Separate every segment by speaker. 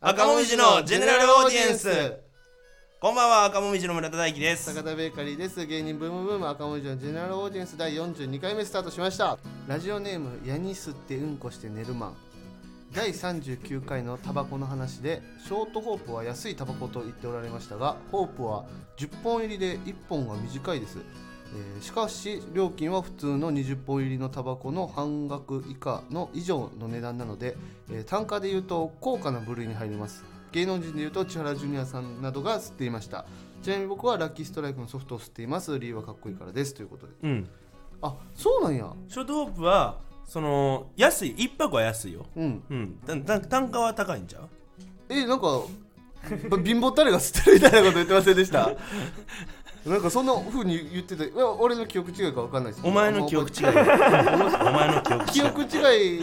Speaker 1: 赤もみじのジェネラルオーディエンスこんばんは赤もみじの村田大樹です
Speaker 2: 坂田ベーカリーです芸人ブームブーム赤文字のジェネラルオーディエンス第42回目スタートしましたラジオネーム「ヤニ吸ってうんこして寝るマン」第39回のタバコの話でショートホープは安いタバコと言っておられましたがホープは10本入りで1本が短いです、えーしかし料金は普通の20本入りのタバコの半額以下の以上の値段なので、えー単価でいうと高価な部類に入ります芸能人でいうと千原ジュニアさんなどが吸っていましたちなみに僕はラッキーストライクのソフトを吸っています理由はかっこいいからですということで
Speaker 1: うん
Speaker 2: あそうなんや
Speaker 1: ショートホープはその安い一泊は安いよ
Speaker 2: うん
Speaker 1: うんたた単価は高いんちゃう
Speaker 2: えなん かば貧乏たれが吸ってるみたいなこと言ってませんでしたなんかそんなふうに言ってたいや俺の記憶違いかわかんないです
Speaker 1: お前の記憶
Speaker 2: あんま覚
Speaker 1: 違いだお前の記憶違
Speaker 2: え記憶違い
Speaker 1: い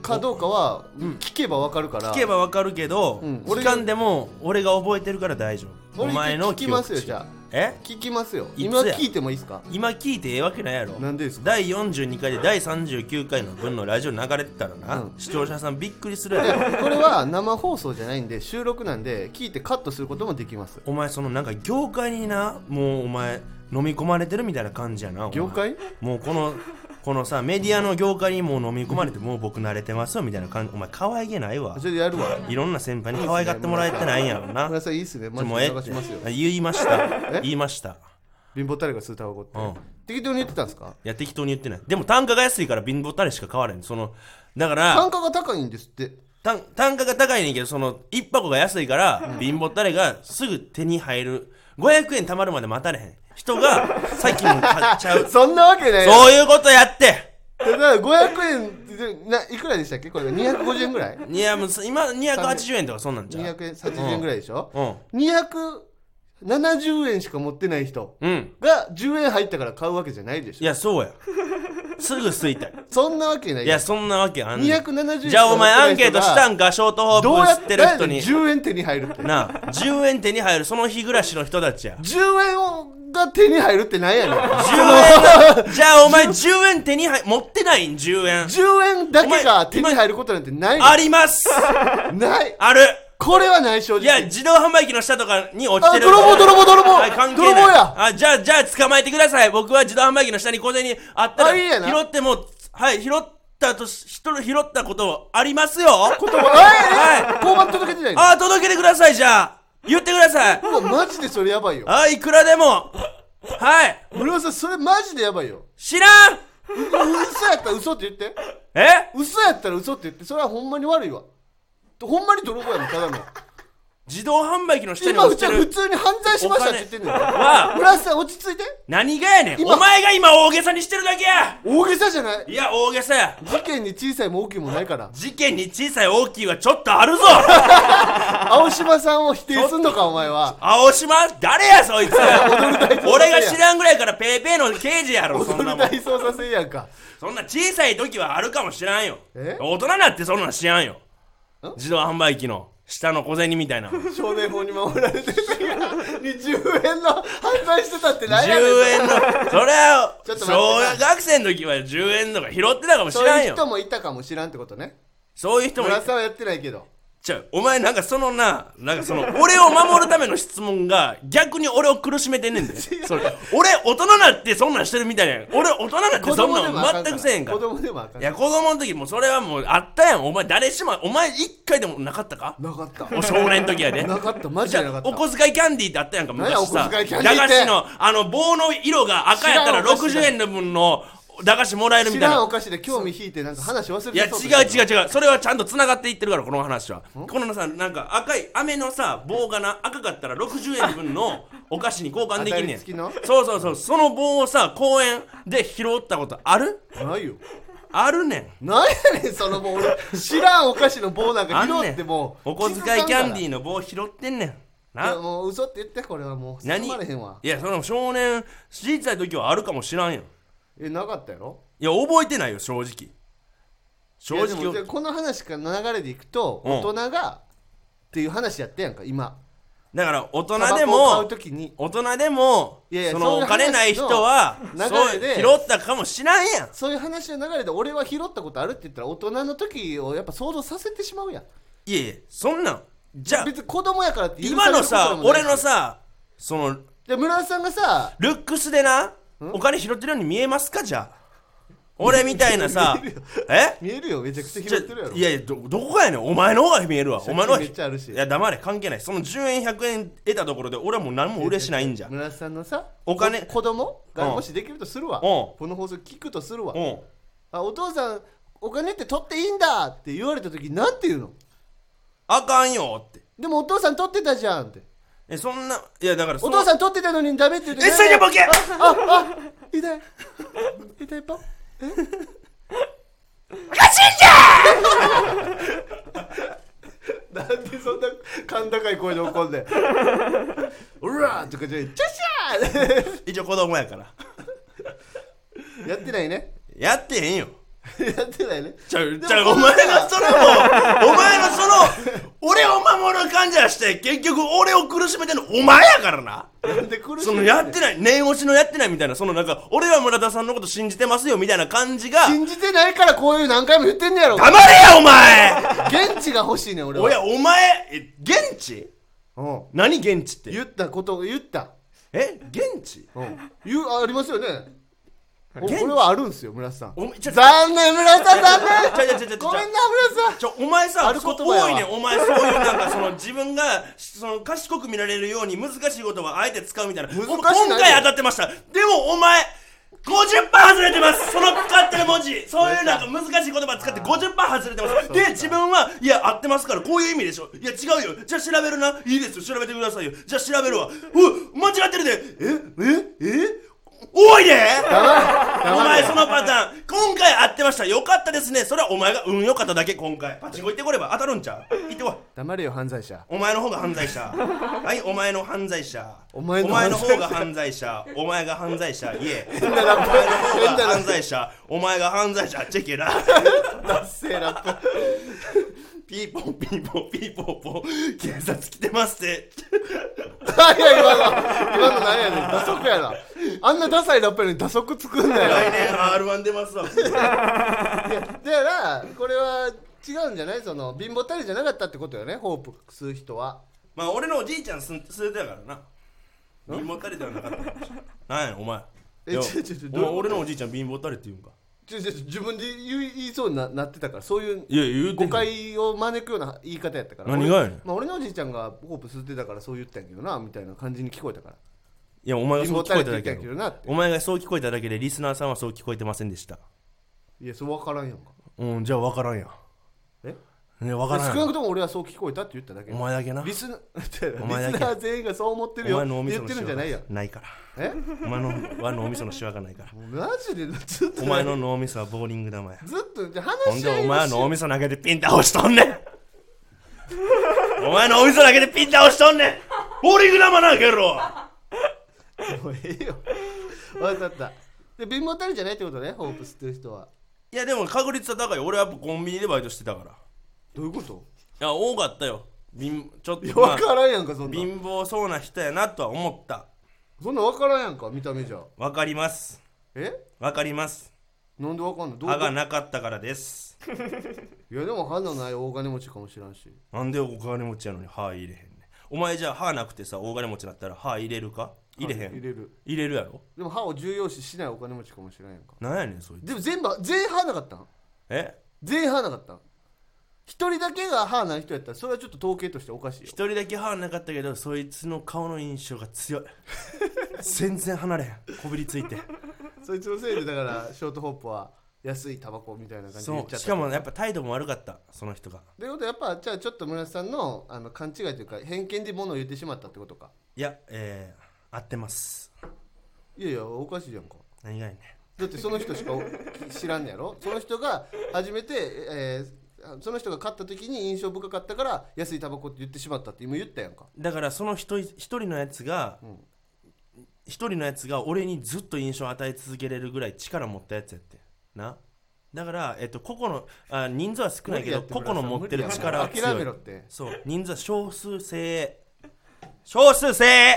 Speaker 2: かどうかは聞けばわかるから、
Speaker 1: 聞けばわかるけど、
Speaker 2: うん
Speaker 1: 俺が聞かんでも俺が覚えてるから大丈夫お
Speaker 2: 俺
Speaker 1: 前の
Speaker 2: 聞きますよ
Speaker 1: 記
Speaker 2: じ
Speaker 1: 憶
Speaker 2: ゃ
Speaker 1: 違い
Speaker 2: あ
Speaker 1: え
Speaker 2: 聞きますよ
Speaker 1: いつ
Speaker 2: 今
Speaker 1: や
Speaker 2: 聞いてもいいですか
Speaker 1: 今聞いてええわけないやろ
Speaker 2: なんでですか
Speaker 1: 第42回で第39回の分のラジオ流れてたらな、
Speaker 2: うん
Speaker 1: 視聴者さんびっくりする
Speaker 2: い
Speaker 1: やろ
Speaker 2: やこれは生放送じゃないんで収録なんで聞いてカットすることもできます
Speaker 1: お前そのなんか業界になもうお前飲み込まれてるみたいな感じやなお前
Speaker 2: 業界
Speaker 1: もうこのこのさメディアの業界にもう飲み込まれてもう僕慣れてますよみたいな感じお前可愛げないわ
Speaker 2: それでやるわ
Speaker 1: いろんな先輩に可愛がってもらえてないんやろな
Speaker 2: 村田さんいいっすねマジ
Speaker 1: もう
Speaker 2: で
Speaker 1: ええ
Speaker 2: 流
Speaker 1: っ
Speaker 2: しますよ
Speaker 1: て言いました言いました
Speaker 2: 貧乏たれが吸うタバコって、
Speaker 1: うん
Speaker 2: 適当に言ってたんですか
Speaker 1: いや適当に言ってないでも単価が安いから貧乏たれしか買われんそのだから
Speaker 2: 単価が高いんですって
Speaker 1: 単単価が高いねんけどその一箱が安いから貧乏たれがすぐ手に入る500円貯まるまで待たれへん人が最近も買っちゃ う
Speaker 2: そんなわけない
Speaker 1: そういうことやって
Speaker 2: だから500円ないくらでしたっけこれが250円ぐらい
Speaker 1: いやもうす今280円とかそんなんじゃう
Speaker 2: 200円80円ぐらいでしょ、
Speaker 1: うん
Speaker 2: 270円しか持ってない人
Speaker 1: うん
Speaker 2: が10円入ったから買うわけじゃないでし
Speaker 1: い
Speaker 2: ょ
Speaker 1: やそ うやすぐ吸いたい
Speaker 2: そんなわけない
Speaker 1: いやそんなわけあんねん
Speaker 2: 270円
Speaker 1: じゃあお前アンケートした
Speaker 2: ん
Speaker 1: んかショートホ
Speaker 2: どう
Speaker 1: ープ
Speaker 2: や
Speaker 1: 吸
Speaker 2: っ
Speaker 1: って
Speaker 2: て
Speaker 1: る人に
Speaker 2: 10円手に入るって
Speaker 1: なあ10円手に入るその日暮らしの人た ちや
Speaker 2: 10円をが手に入るってなんやねん
Speaker 1: 10円がじゃあお前10円手に入持ってないん10円
Speaker 2: 10円だけが手に入ることなんてない
Speaker 1: あります
Speaker 2: のない
Speaker 1: ある
Speaker 2: これはない正直
Speaker 1: いや自動販売機の下とかに落ち
Speaker 2: あ
Speaker 1: てる
Speaker 2: 泥棒泥棒泥棒
Speaker 1: はい関係な
Speaker 2: 泥
Speaker 1: い
Speaker 2: 棒や
Speaker 1: あじゃあじゃあ捕まえてください僕は自動販売機の下に小銭あった
Speaker 2: あいいや
Speaker 1: ら
Speaker 2: な
Speaker 1: 拾ってもはい拾ったとし人の拾ったことありますよ
Speaker 2: ことは、はい、交番届けてないの
Speaker 1: あ届けてくださいじゃあ言ってくださいう
Speaker 2: わマジでそれやばいよ
Speaker 1: あいくらでもはい
Speaker 2: 村尾さんそれマジでやばいよ
Speaker 1: 知らん
Speaker 2: う嘘やったら嘘って言って
Speaker 1: え
Speaker 2: 嘘やったら嘘って言ってそれはほんまに悪いわほんまに泥棒やもんた だの
Speaker 1: 自動販売機の下に
Speaker 2: 今
Speaker 1: 落
Speaker 2: う
Speaker 1: ち
Speaker 2: ちは
Speaker 1: て
Speaker 2: 普
Speaker 1: る
Speaker 2: 通に犯罪しましたって言 ってんのよ
Speaker 1: は
Speaker 2: 村尾さん落ち着いて
Speaker 1: 何がやねん
Speaker 2: 今
Speaker 1: お前が今大げさにしてるだけや
Speaker 2: 大げさじゃない
Speaker 1: いや大げさや
Speaker 2: 事件に小さいも大きいもないから
Speaker 1: 事件に小さい大きいはちょっとある ぞ
Speaker 2: 青島さんを否定すんのかお前は
Speaker 1: 青島誰やそいつ
Speaker 2: 捜
Speaker 1: 俺が知らんぐらいからペーペーの刑事やろ そ
Speaker 2: 踊
Speaker 1: んな
Speaker 2: る
Speaker 1: もん
Speaker 2: 大捜査線やんか
Speaker 1: そんな小さい時はあるかもしらんよ
Speaker 2: え
Speaker 1: 大人になってそんなん知らんよ
Speaker 2: ん
Speaker 1: 自動販売機の下の小銭みたいな 10
Speaker 2: 少年法に守られてたから10円の犯罪してたって何やねん
Speaker 1: 円のそれは
Speaker 2: ちょっと待ってな
Speaker 1: 小学生の時は10円とか拾ってたかもし
Speaker 2: そう
Speaker 1: らん
Speaker 2: いう
Speaker 1: よ
Speaker 2: 人もいたかもしらんってことね
Speaker 1: そういう人もい
Speaker 2: 村さんはやってないけど
Speaker 1: ちゃうお前なんかそのななんかその俺を守るための質問が逆に俺を苦しめてんねんでそれ俺大人なってそんなんしてるみたいな俺大人なって
Speaker 2: 子
Speaker 1: そん
Speaker 2: 供で
Speaker 1: な
Speaker 2: もあか
Speaker 1: ん
Speaker 2: んから
Speaker 1: 全くせえへんから
Speaker 2: 子供でもあかん
Speaker 1: いや子供の時もそれはもうあったやんお前誰しもお前一回でもなかったか
Speaker 2: なかった
Speaker 1: お少年の時やで
Speaker 2: なかったマジでなかった
Speaker 1: お小遣いキャンディーってあったやんか昔さ
Speaker 2: 何やお小遣いキャンディーって
Speaker 1: 駄菓子のあの棒の色が赤やったら
Speaker 2: 知らんお菓子
Speaker 1: 60円の分の駄菓子もらえるみ
Speaker 2: 知
Speaker 1: たい
Speaker 2: らん
Speaker 1: な
Speaker 2: お菓子で興味引いてなんか話忘れて
Speaker 1: いや違
Speaker 2: そう
Speaker 1: う違
Speaker 2: う
Speaker 1: う違うそれはちゃんとつながっていってるからこの話はこのさなんか赤い飴のさ棒がな赤かったら60円分のお菓子に交換でき
Speaker 2: 当た
Speaker 1: んねん
Speaker 2: り付きの
Speaker 1: そうそうそうその棒をさ公園で拾ったことある
Speaker 2: ないよ
Speaker 1: あるねん
Speaker 2: なんやねんそのもう俺知らんお菓子の棒なんか
Speaker 1: あん
Speaker 2: 拾
Speaker 1: ね
Speaker 2: って
Speaker 1: ん
Speaker 2: もう
Speaker 1: お小遣いキャンディ
Speaker 2: ー
Speaker 1: ーの棒拾ってんねん
Speaker 2: いや
Speaker 1: な
Speaker 2: もう嘘って言ってこれはもう進
Speaker 1: 何
Speaker 2: まれへんわ
Speaker 1: いやその少年小さい時はあるかもしらんよ
Speaker 2: えなかったやろ
Speaker 1: いや覚えてないよ正直正
Speaker 2: いやでもじゃあ
Speaker 1: 直
Speaker 2: この話から流れでいくと
Speaker 1: うん
Speaker 2: 大人がっていう話やってやんか今
Speaker 1: だから大
Speaker 2: タ
Speaker 1: 人
Speaker 2: バ
Speaker 1: で
Speaker 2: コを買う
Speaker 1: も
Speaker 2: ときに
Speaker 1: 大人でも
Speaker 2: いやいや
Speaker 1: そ
Speaker 2: そ
Speaker 1: の
Speaker 2: うい
Speaker 1: お
Speaker 2: う話の
Speaker 1: 金ない人はそう
Speaker 2: 流れで
Speaker 1: 拾ったかもしらんやん
Speaker 2: そういう話の流れで俺は拾ったことあるって言ったら大人の時をやっぱ想像させてしまうやん
Speaker 1: いやいやそんなんじゃあ
Speaker 2: 別に子供やからって許さ
Speaker 1: 今
Speaker 2: れることで
Speaker 1: の
Speaker 2: も
Speaker 1: さ
Speaker 2: ない
Speaker 1: 俺のさその
Speaker 2: じゃあ村田さんがさ
Speaker 1: ルックスでなお金拾ってるように見えますかじゃあ俺みたいなさえ
Speaker 2: 見えるよめちゃくちゃ
Speaker 1: ち
Speaker 2: 拾
Speaker 1: ょ
Speaker 2: ってるやろ
Speaker 1: いやいやどどこがやねんお前の方が見えるわお
Speaker 2: 借金
Speaker 1: 前の方が
Speaker 2: めっちゃあるし
Speaker 1: いや黙れ関係ないその10円100円得たところで俺はもう何も嬉しないんじゃうん
Speaker 2: 村田さんのさ
Speaker 1: お金
Speaker 2: こ子供が
Speaker 1: うん
Speaker 2: もしできるとするわ
Speaker 1: ん
Speaker 2: この放送聞くとするわあお父さんお金って取っていいんだって言われた時なんて言うの
Speaker 1: あかんよって
Speaker 2: でもお父さん取ってたじゃんって
Speaker 1: えそんないやだからそ
Speaker 2: お
Speaker 1: の
Speaker 2: 父さん取ってたのにダメって言って
Speaker 1: えそれじゃボケ
Speaker 2: あああ痛い痛いパえおかしいんじゃんなんでそんな甲高い声で怒んでうらーとかじゃチャシャ
Speaker 1: 一応子供やから
Speaker 2: ー やってないね
Speaker 1: やってへんよ
Speaker 2: やってないね
Speaker 1: ちゃう
Speaker 2: でも
Speaker 1: ちゃうお
Speaker 2: こんな
Speaker 1: 前のそれもお前のその俺を守る感じはして結局俺を苦しめてるのお前やからな
Speaker 2: なんで苦しい
Speaker 1: そのやってない念押しのやってないみたいなそのなんか俺は村田さんのこと信じてますよみたいな感じが
Speaker 2: 信じてないからこういう何回も言ってんねやろ
Speaker 1: 黙れやお前
Speaker 2: 現地が欲しいねん俺は
Speaker 1: おやお前え現地
Speaker 2: うん
Speaker 1: 何現地って
Speaker 2: 言ったこと言った
Speaker 1: え現地
Speaker 2: 言うあありますよねお
Speaker 1: 現地
Speaker 2: 俺はあるんすよ村瀬さん
Speaker 1: お前ちょちょ
Speaker 2: 残念村瀬さん 残
Speaker 1: ちょちょちょち
Speaker 2: 念
Speaker 1: ょ
Speaker 2: ごめんな村瀬さん
Speaker 1: ちょお前
Speaker 2: あ
Speaker 1: さ
Speaker 2: る
Speaker 1: そ
Speaker 2: 言
Speaker 1: う
Speaker 2: 葉やわ
Speaker 1: 多いねんお前そういうなんかその自分がその賢く見られるように難しいことはあえて使うみたいな
Speaker 2: 難しないよ
Speaker 1: お今回当たってましたでもお前50%外れてますその使ってる文字そういうなんか難しい言葉使って50%外れてますで自分はいや合ってますからこういう意味でしょいや違うよじゃあ調べるないいですよ調べてくださいよじゃあ調べるわう間違ってるでえええ多いでお前そのパターン今回合ってましたよかったですねそれはお前が運良かっただけ今回パチンコ行ってこれば当たるんちゃう行ってこい
Speaker 2: 黙れよ犯罪者
Speaker 1: お前の方が犯罪者はいお前の犯罪者
Speaker 2: お前の
Speaker 1: 方が犯罪者お前が犯罪者いえお前の
Speaker 2: なラップ
Speaker 1: 方
Speaker 2: 変な
Speaker 1: が
Speaker 2: ラップ
Speaker 1: 犯罪者お前が犯罪者チェケラ
Speaker 2: ダッセーラップ
Speaker 1: ピーポンピーポンピーポンポン警察来てますって
Speaker 2: 何や今の今の何やねん打足やなあんなダサいラップやのに打足作んなよ
Speaker 1: 来年 R1 出ますわ
Speaker 2: いやだからこれは違うんじゃないその貧乏たりじゃなかったってことよねホープする人は
Speaker 1: まあ俺のおじいちゃんすん捨てたからな貧乏たれではなかったかもしれないなんやねんお前
Speaker 2: え
Speaker 1: いや
Speaker 2: ちょちょちょ
Speaker 1: お
Speaker 2: どういうこと
Speaker 1: 前俺のおじいちゃん貧乏たれって言うんか
Speaker 2: ちょちょ自分で言い言いそうにななってたからそういう
Speaker 1: いや言うて
Speaker 2: 誤
Speaker 1: んねん
Speaker 2: 解を招くような言い方やったから
Speaker 1: 何がやねん
Speaker 2: 俺,、まあ、俺のおじいちゃんがホープ吸ってたからそう言ったんやけどなみたいな感じに聞こえたから
Speaker 1: いやお前が
Speaker 2: 貧
Speaker 1: そう
Speaker 2: 乏
Speaker 1: 聞
Speaker 2: た
Speaker 1: こ
Speaker 2: れ
Speaker 1: え
Speaker 2: って言
Speaker 1: ただ
Speaker 2: ったんや
Speaker 1: けや
Speaker 2: け
Speaker 1: ろ
Speaker 2: どなって
Speaker 1: お前がそう聞こえただけでリスナーさんはそう聞こえてませんでした
Speaker 2: いやそう分からんやんか
Speaker 1: うんじゃあ分からんや
Speaker 2: え
Speaker 1: んね分からんやん
Speaker 2: 少なくとも俺はそう聞こえたって言っただけ
Speaker 1: お前だけな
Speaker 2: リスナー
Speaker 1: お前だ
Speaker 2: リ
Speaker 1: け
Speaker 2: スナー全員がそう思ってる
Speaker 1: お
Speaker 2: よ
Speaker 1: 前のおみ
Speaker 2: 言
Speaker 1: そ
Speaker 2: っ
Speaker 1: の
Speaker 2: てるん
Speaker 1: シ
Speaker 2: じゃ
Speaker 1: ワ
Speaker 2: ないやん
Speaker 1: がないから
Speaker 2: え
Speaker 1: お前のは脳みそのシワがないから
Speaker 2: もうマジでずっと
Speaker 1: お前の脳みそはボーリング玉や
Speaker 2: ずっとじゃあ
Speaker 1: ほん
Speaker 2: 話し
Speaker 1: で
Speaker 2: 合い
Speaker 1: お前は
Speaker 2: をし
Speaker 1: 脳みそ投げてピン倒しとんねんお前脳みそ投げてピン倒しとんねんボーリング玉なゲロ
Speaker 2: もうええよ分かったで貧乏たれじゃないってことねホープ吸ってる人はい
Speaker 1: やでも確率は高い俺はやっぱコンビニでバイトしてたからい
Speaker 2: どういうこと
Speaker 1: や多かったよ貧ちょっと、まあ
Speaker 2: 分からんやんかそんなん
Speaker 1: 貧乏そうな人やなとは思った
Speaker 2: そんなん分からんやんか見た目じゃ
Speaker 1: わかります
Speaker 2: え
Speaker 1: わかります
Speaker 2: なんで分かんのどう
Speaker 1: 歯がなかったからです
Speaker 2: いやでも歯のない大金持ちかもしれんし
Speaker 1: なんでお金持ちやのに歯入れへんねんお前じゃあ歯なくてさ大金持ちになったら歯入れるか入れへん
Speaker 2: 入れる
Speaker 1: 入れるやろ
Speaker 2: でも歯を重要視しないお金持ちかもしれんやんか
Speaker 1: なんやねんそいつ
Speaker 2: でも全部全員歯なかったん
Speaker 1: え
Speaker 2: 全員歯なかったん一人だけが歯ない人やったらそれはちょっと統計としておかしい よ
Speaker 1: 一人だけ歯なかったけどそいつの顔の印象が強 い全然離れへんこびりついて
Speaker 2: そいつのせいでだからショートホープは安いタバコみたいな感じで言っ
Speaker 1: そ
Speaker 2: ちゃ
Speaker 1: う
Speaker 2: った
Speaker 1: しかもやっぱ態度も悪かったその人が
Speaker 2: ということはやっぱじゃあちょっと村瀬さんのあの勘違いというか偏見で物を言ってしまったってことか
Speaker 1: いやえー、合ってます
Speaker 2: いやいやおかしいじゃんか
Speaker 1: 何がやねん
Speaker 2: だってその人しかお知らんねやろその人が初めて、えーその人が勝った時に印象深かったから安いタバコって言ってしまったって今言ったやんか
Speaker 1: だからその一人一人のやつが一、人のやつが俺にずっと印象を与え続けれるぐらい力持ったやつやってなだから、えっと、個々のあ人数は少ないけど
Speaker 2: 無理や
Speaker 1: 個
Speaker 2: って
Speaker 1: 々の持ってる力は強い
Speaker 2: 諦めろって
Speaker 1: そう人数は少数精鋭少数精鋭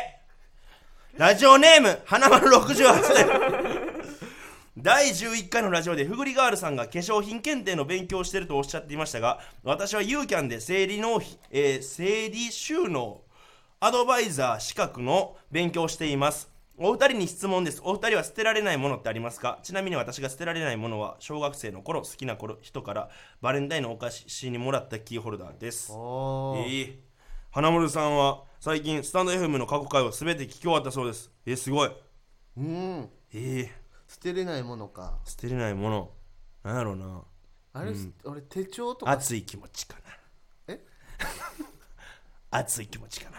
Speaker 1: ラジオネーム花丸68歳第11回のラジオでフグリガールさんが化粧品検定の勉強をしているとおっしゃっていましたが私はユーキャンで生理納品、えー生理収納アドバイザー資格の勉強をしていますお二人に質問ですお二人は捨てられないものってありますかちなみに私が捨てられないものは小学生の頃好きな頃人からバレンタインのお菓子にもらったキーホルダーです
Speaker 2: おー
Speaker 1: いい花丸さんは最近スタンド FM の過去回を全て聞き終わったそうですえすごい
Speaker 2: うん
Speaker 1: ええ
Speaker 2: 捨てれないものか
Speaker 1: 捨てれないものなんやろうな
Speaker 2: あれ、俺手帳とか
Speaker 1: 熱い気持ちかな
Speaker 2: え
Speaker 1: 熱い気持ちかな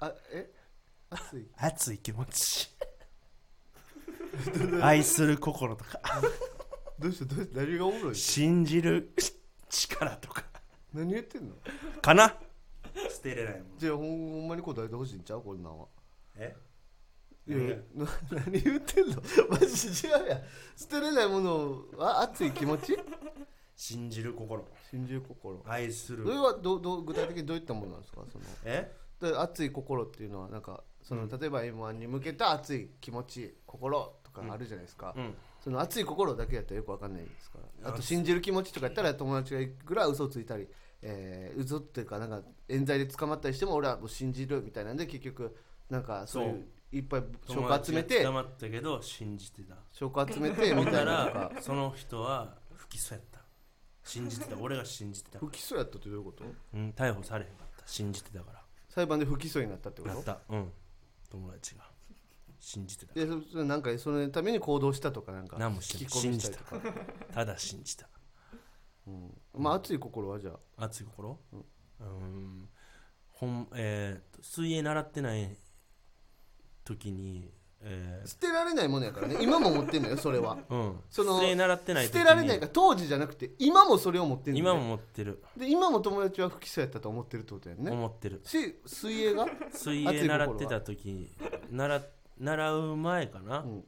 Speaker 2: あえ熱い
Speaker 1: 熱い気持ち愛する心とか
Speaker 2: どうしたどうした何がおもろい
Speaker 1: 信じる力とか
Speaker 2: 何言ってんの
Speaker 1: かな捨てれないもの
Speaker 2: じゃあほんほんまに答えてほしいんちゃうこんなんは
Speaker 1: え
Speaker 2: いやな 何言ってんのマジ違うやん捨てれないものは熱い気持ち
Speaker 1: 信じる心
Speaker 2: 信じる心
Speaker 1: 愛す
Speaker 2: それ
Speaker 1: る
Speaker 2: はどうどう具体的にどういったものなんですかその
Speaker 1: え
Speaker 2: で熱い心っていうのはなんかその、例えば m 1に向けた熱い気持ち心とかあるじゃないですか、
Speaker 1: うん
Speaker 2: その熱い心だけやったらよくわかんないですからあ
Speaker 1: 熱
Speaker 2: と
Speaker 1: い
Speaker 2: 信じる気持ちとかやったら友達がいくら嘘ついたり、えー、嘘っていうかなんか冤罪で捕まったりしても俺はもう信じるみたいなんで結局なんかそういう
Speaker 1: そ
Speaker 2: いっぱい証拠集めて
Speaker 1: 黙ったけど信じてた
Speaker 2: 証拠集めて みた
Speaker 1: だか
Speaker 2: いなとから
Speaker 1: その人は不起訴やった信じてた俺が信じてた
Speaker 2: 不起訴やったってどういうこと
Speaker 1: うん逮捕されへんかった信じてたか
Speaker 2: 裁判で不起訴になったってこ
Speaker 1: らな
Speaker 2: と
Speaker 1: ったうん友達が信じてた
Speaker 2: でそそれなんかそのために行動したとかなんか
Speaker 1: 何もして
Speaker 2: 聞き
Speaker 1: ない
Speaker 2: 込み
Speaker 1: 信
Speaker 2: した
Speaker 1: じ
Speaker 2: り
Speaker 1: た
Speaker 2: とか
Speaker 1: ただ信じた
Speaker 2: まあ熱い心はじゃあ
Speaker 1: 熱い心うんほんえーと水泳習ってない時にえ
Speaker 2: 捨てられないものやからね今も持ってんのよそれ は
Speaker 1: ーうん
Speaker 2: その
Speaker 1: 水泳習ってない
Speaker 2: 捨
Speaker 1: 時に
Speaker 2: てられないから当時じゃなくて今もそれを持ってんの、ね、
Speaker 1: 今も持ってる
Speaker 2: で今も友達は不起訴やったと思ってるってことやんね
Speaker 1: 思ってる
Speaker 2: し水泳が
Speaker 1: 水
Speaker 2: 熱い
Speaker 1: 泳
Speaker 2: 心は
Speaker 1: 習ってた時習習う前かな、
Speaker 2: ん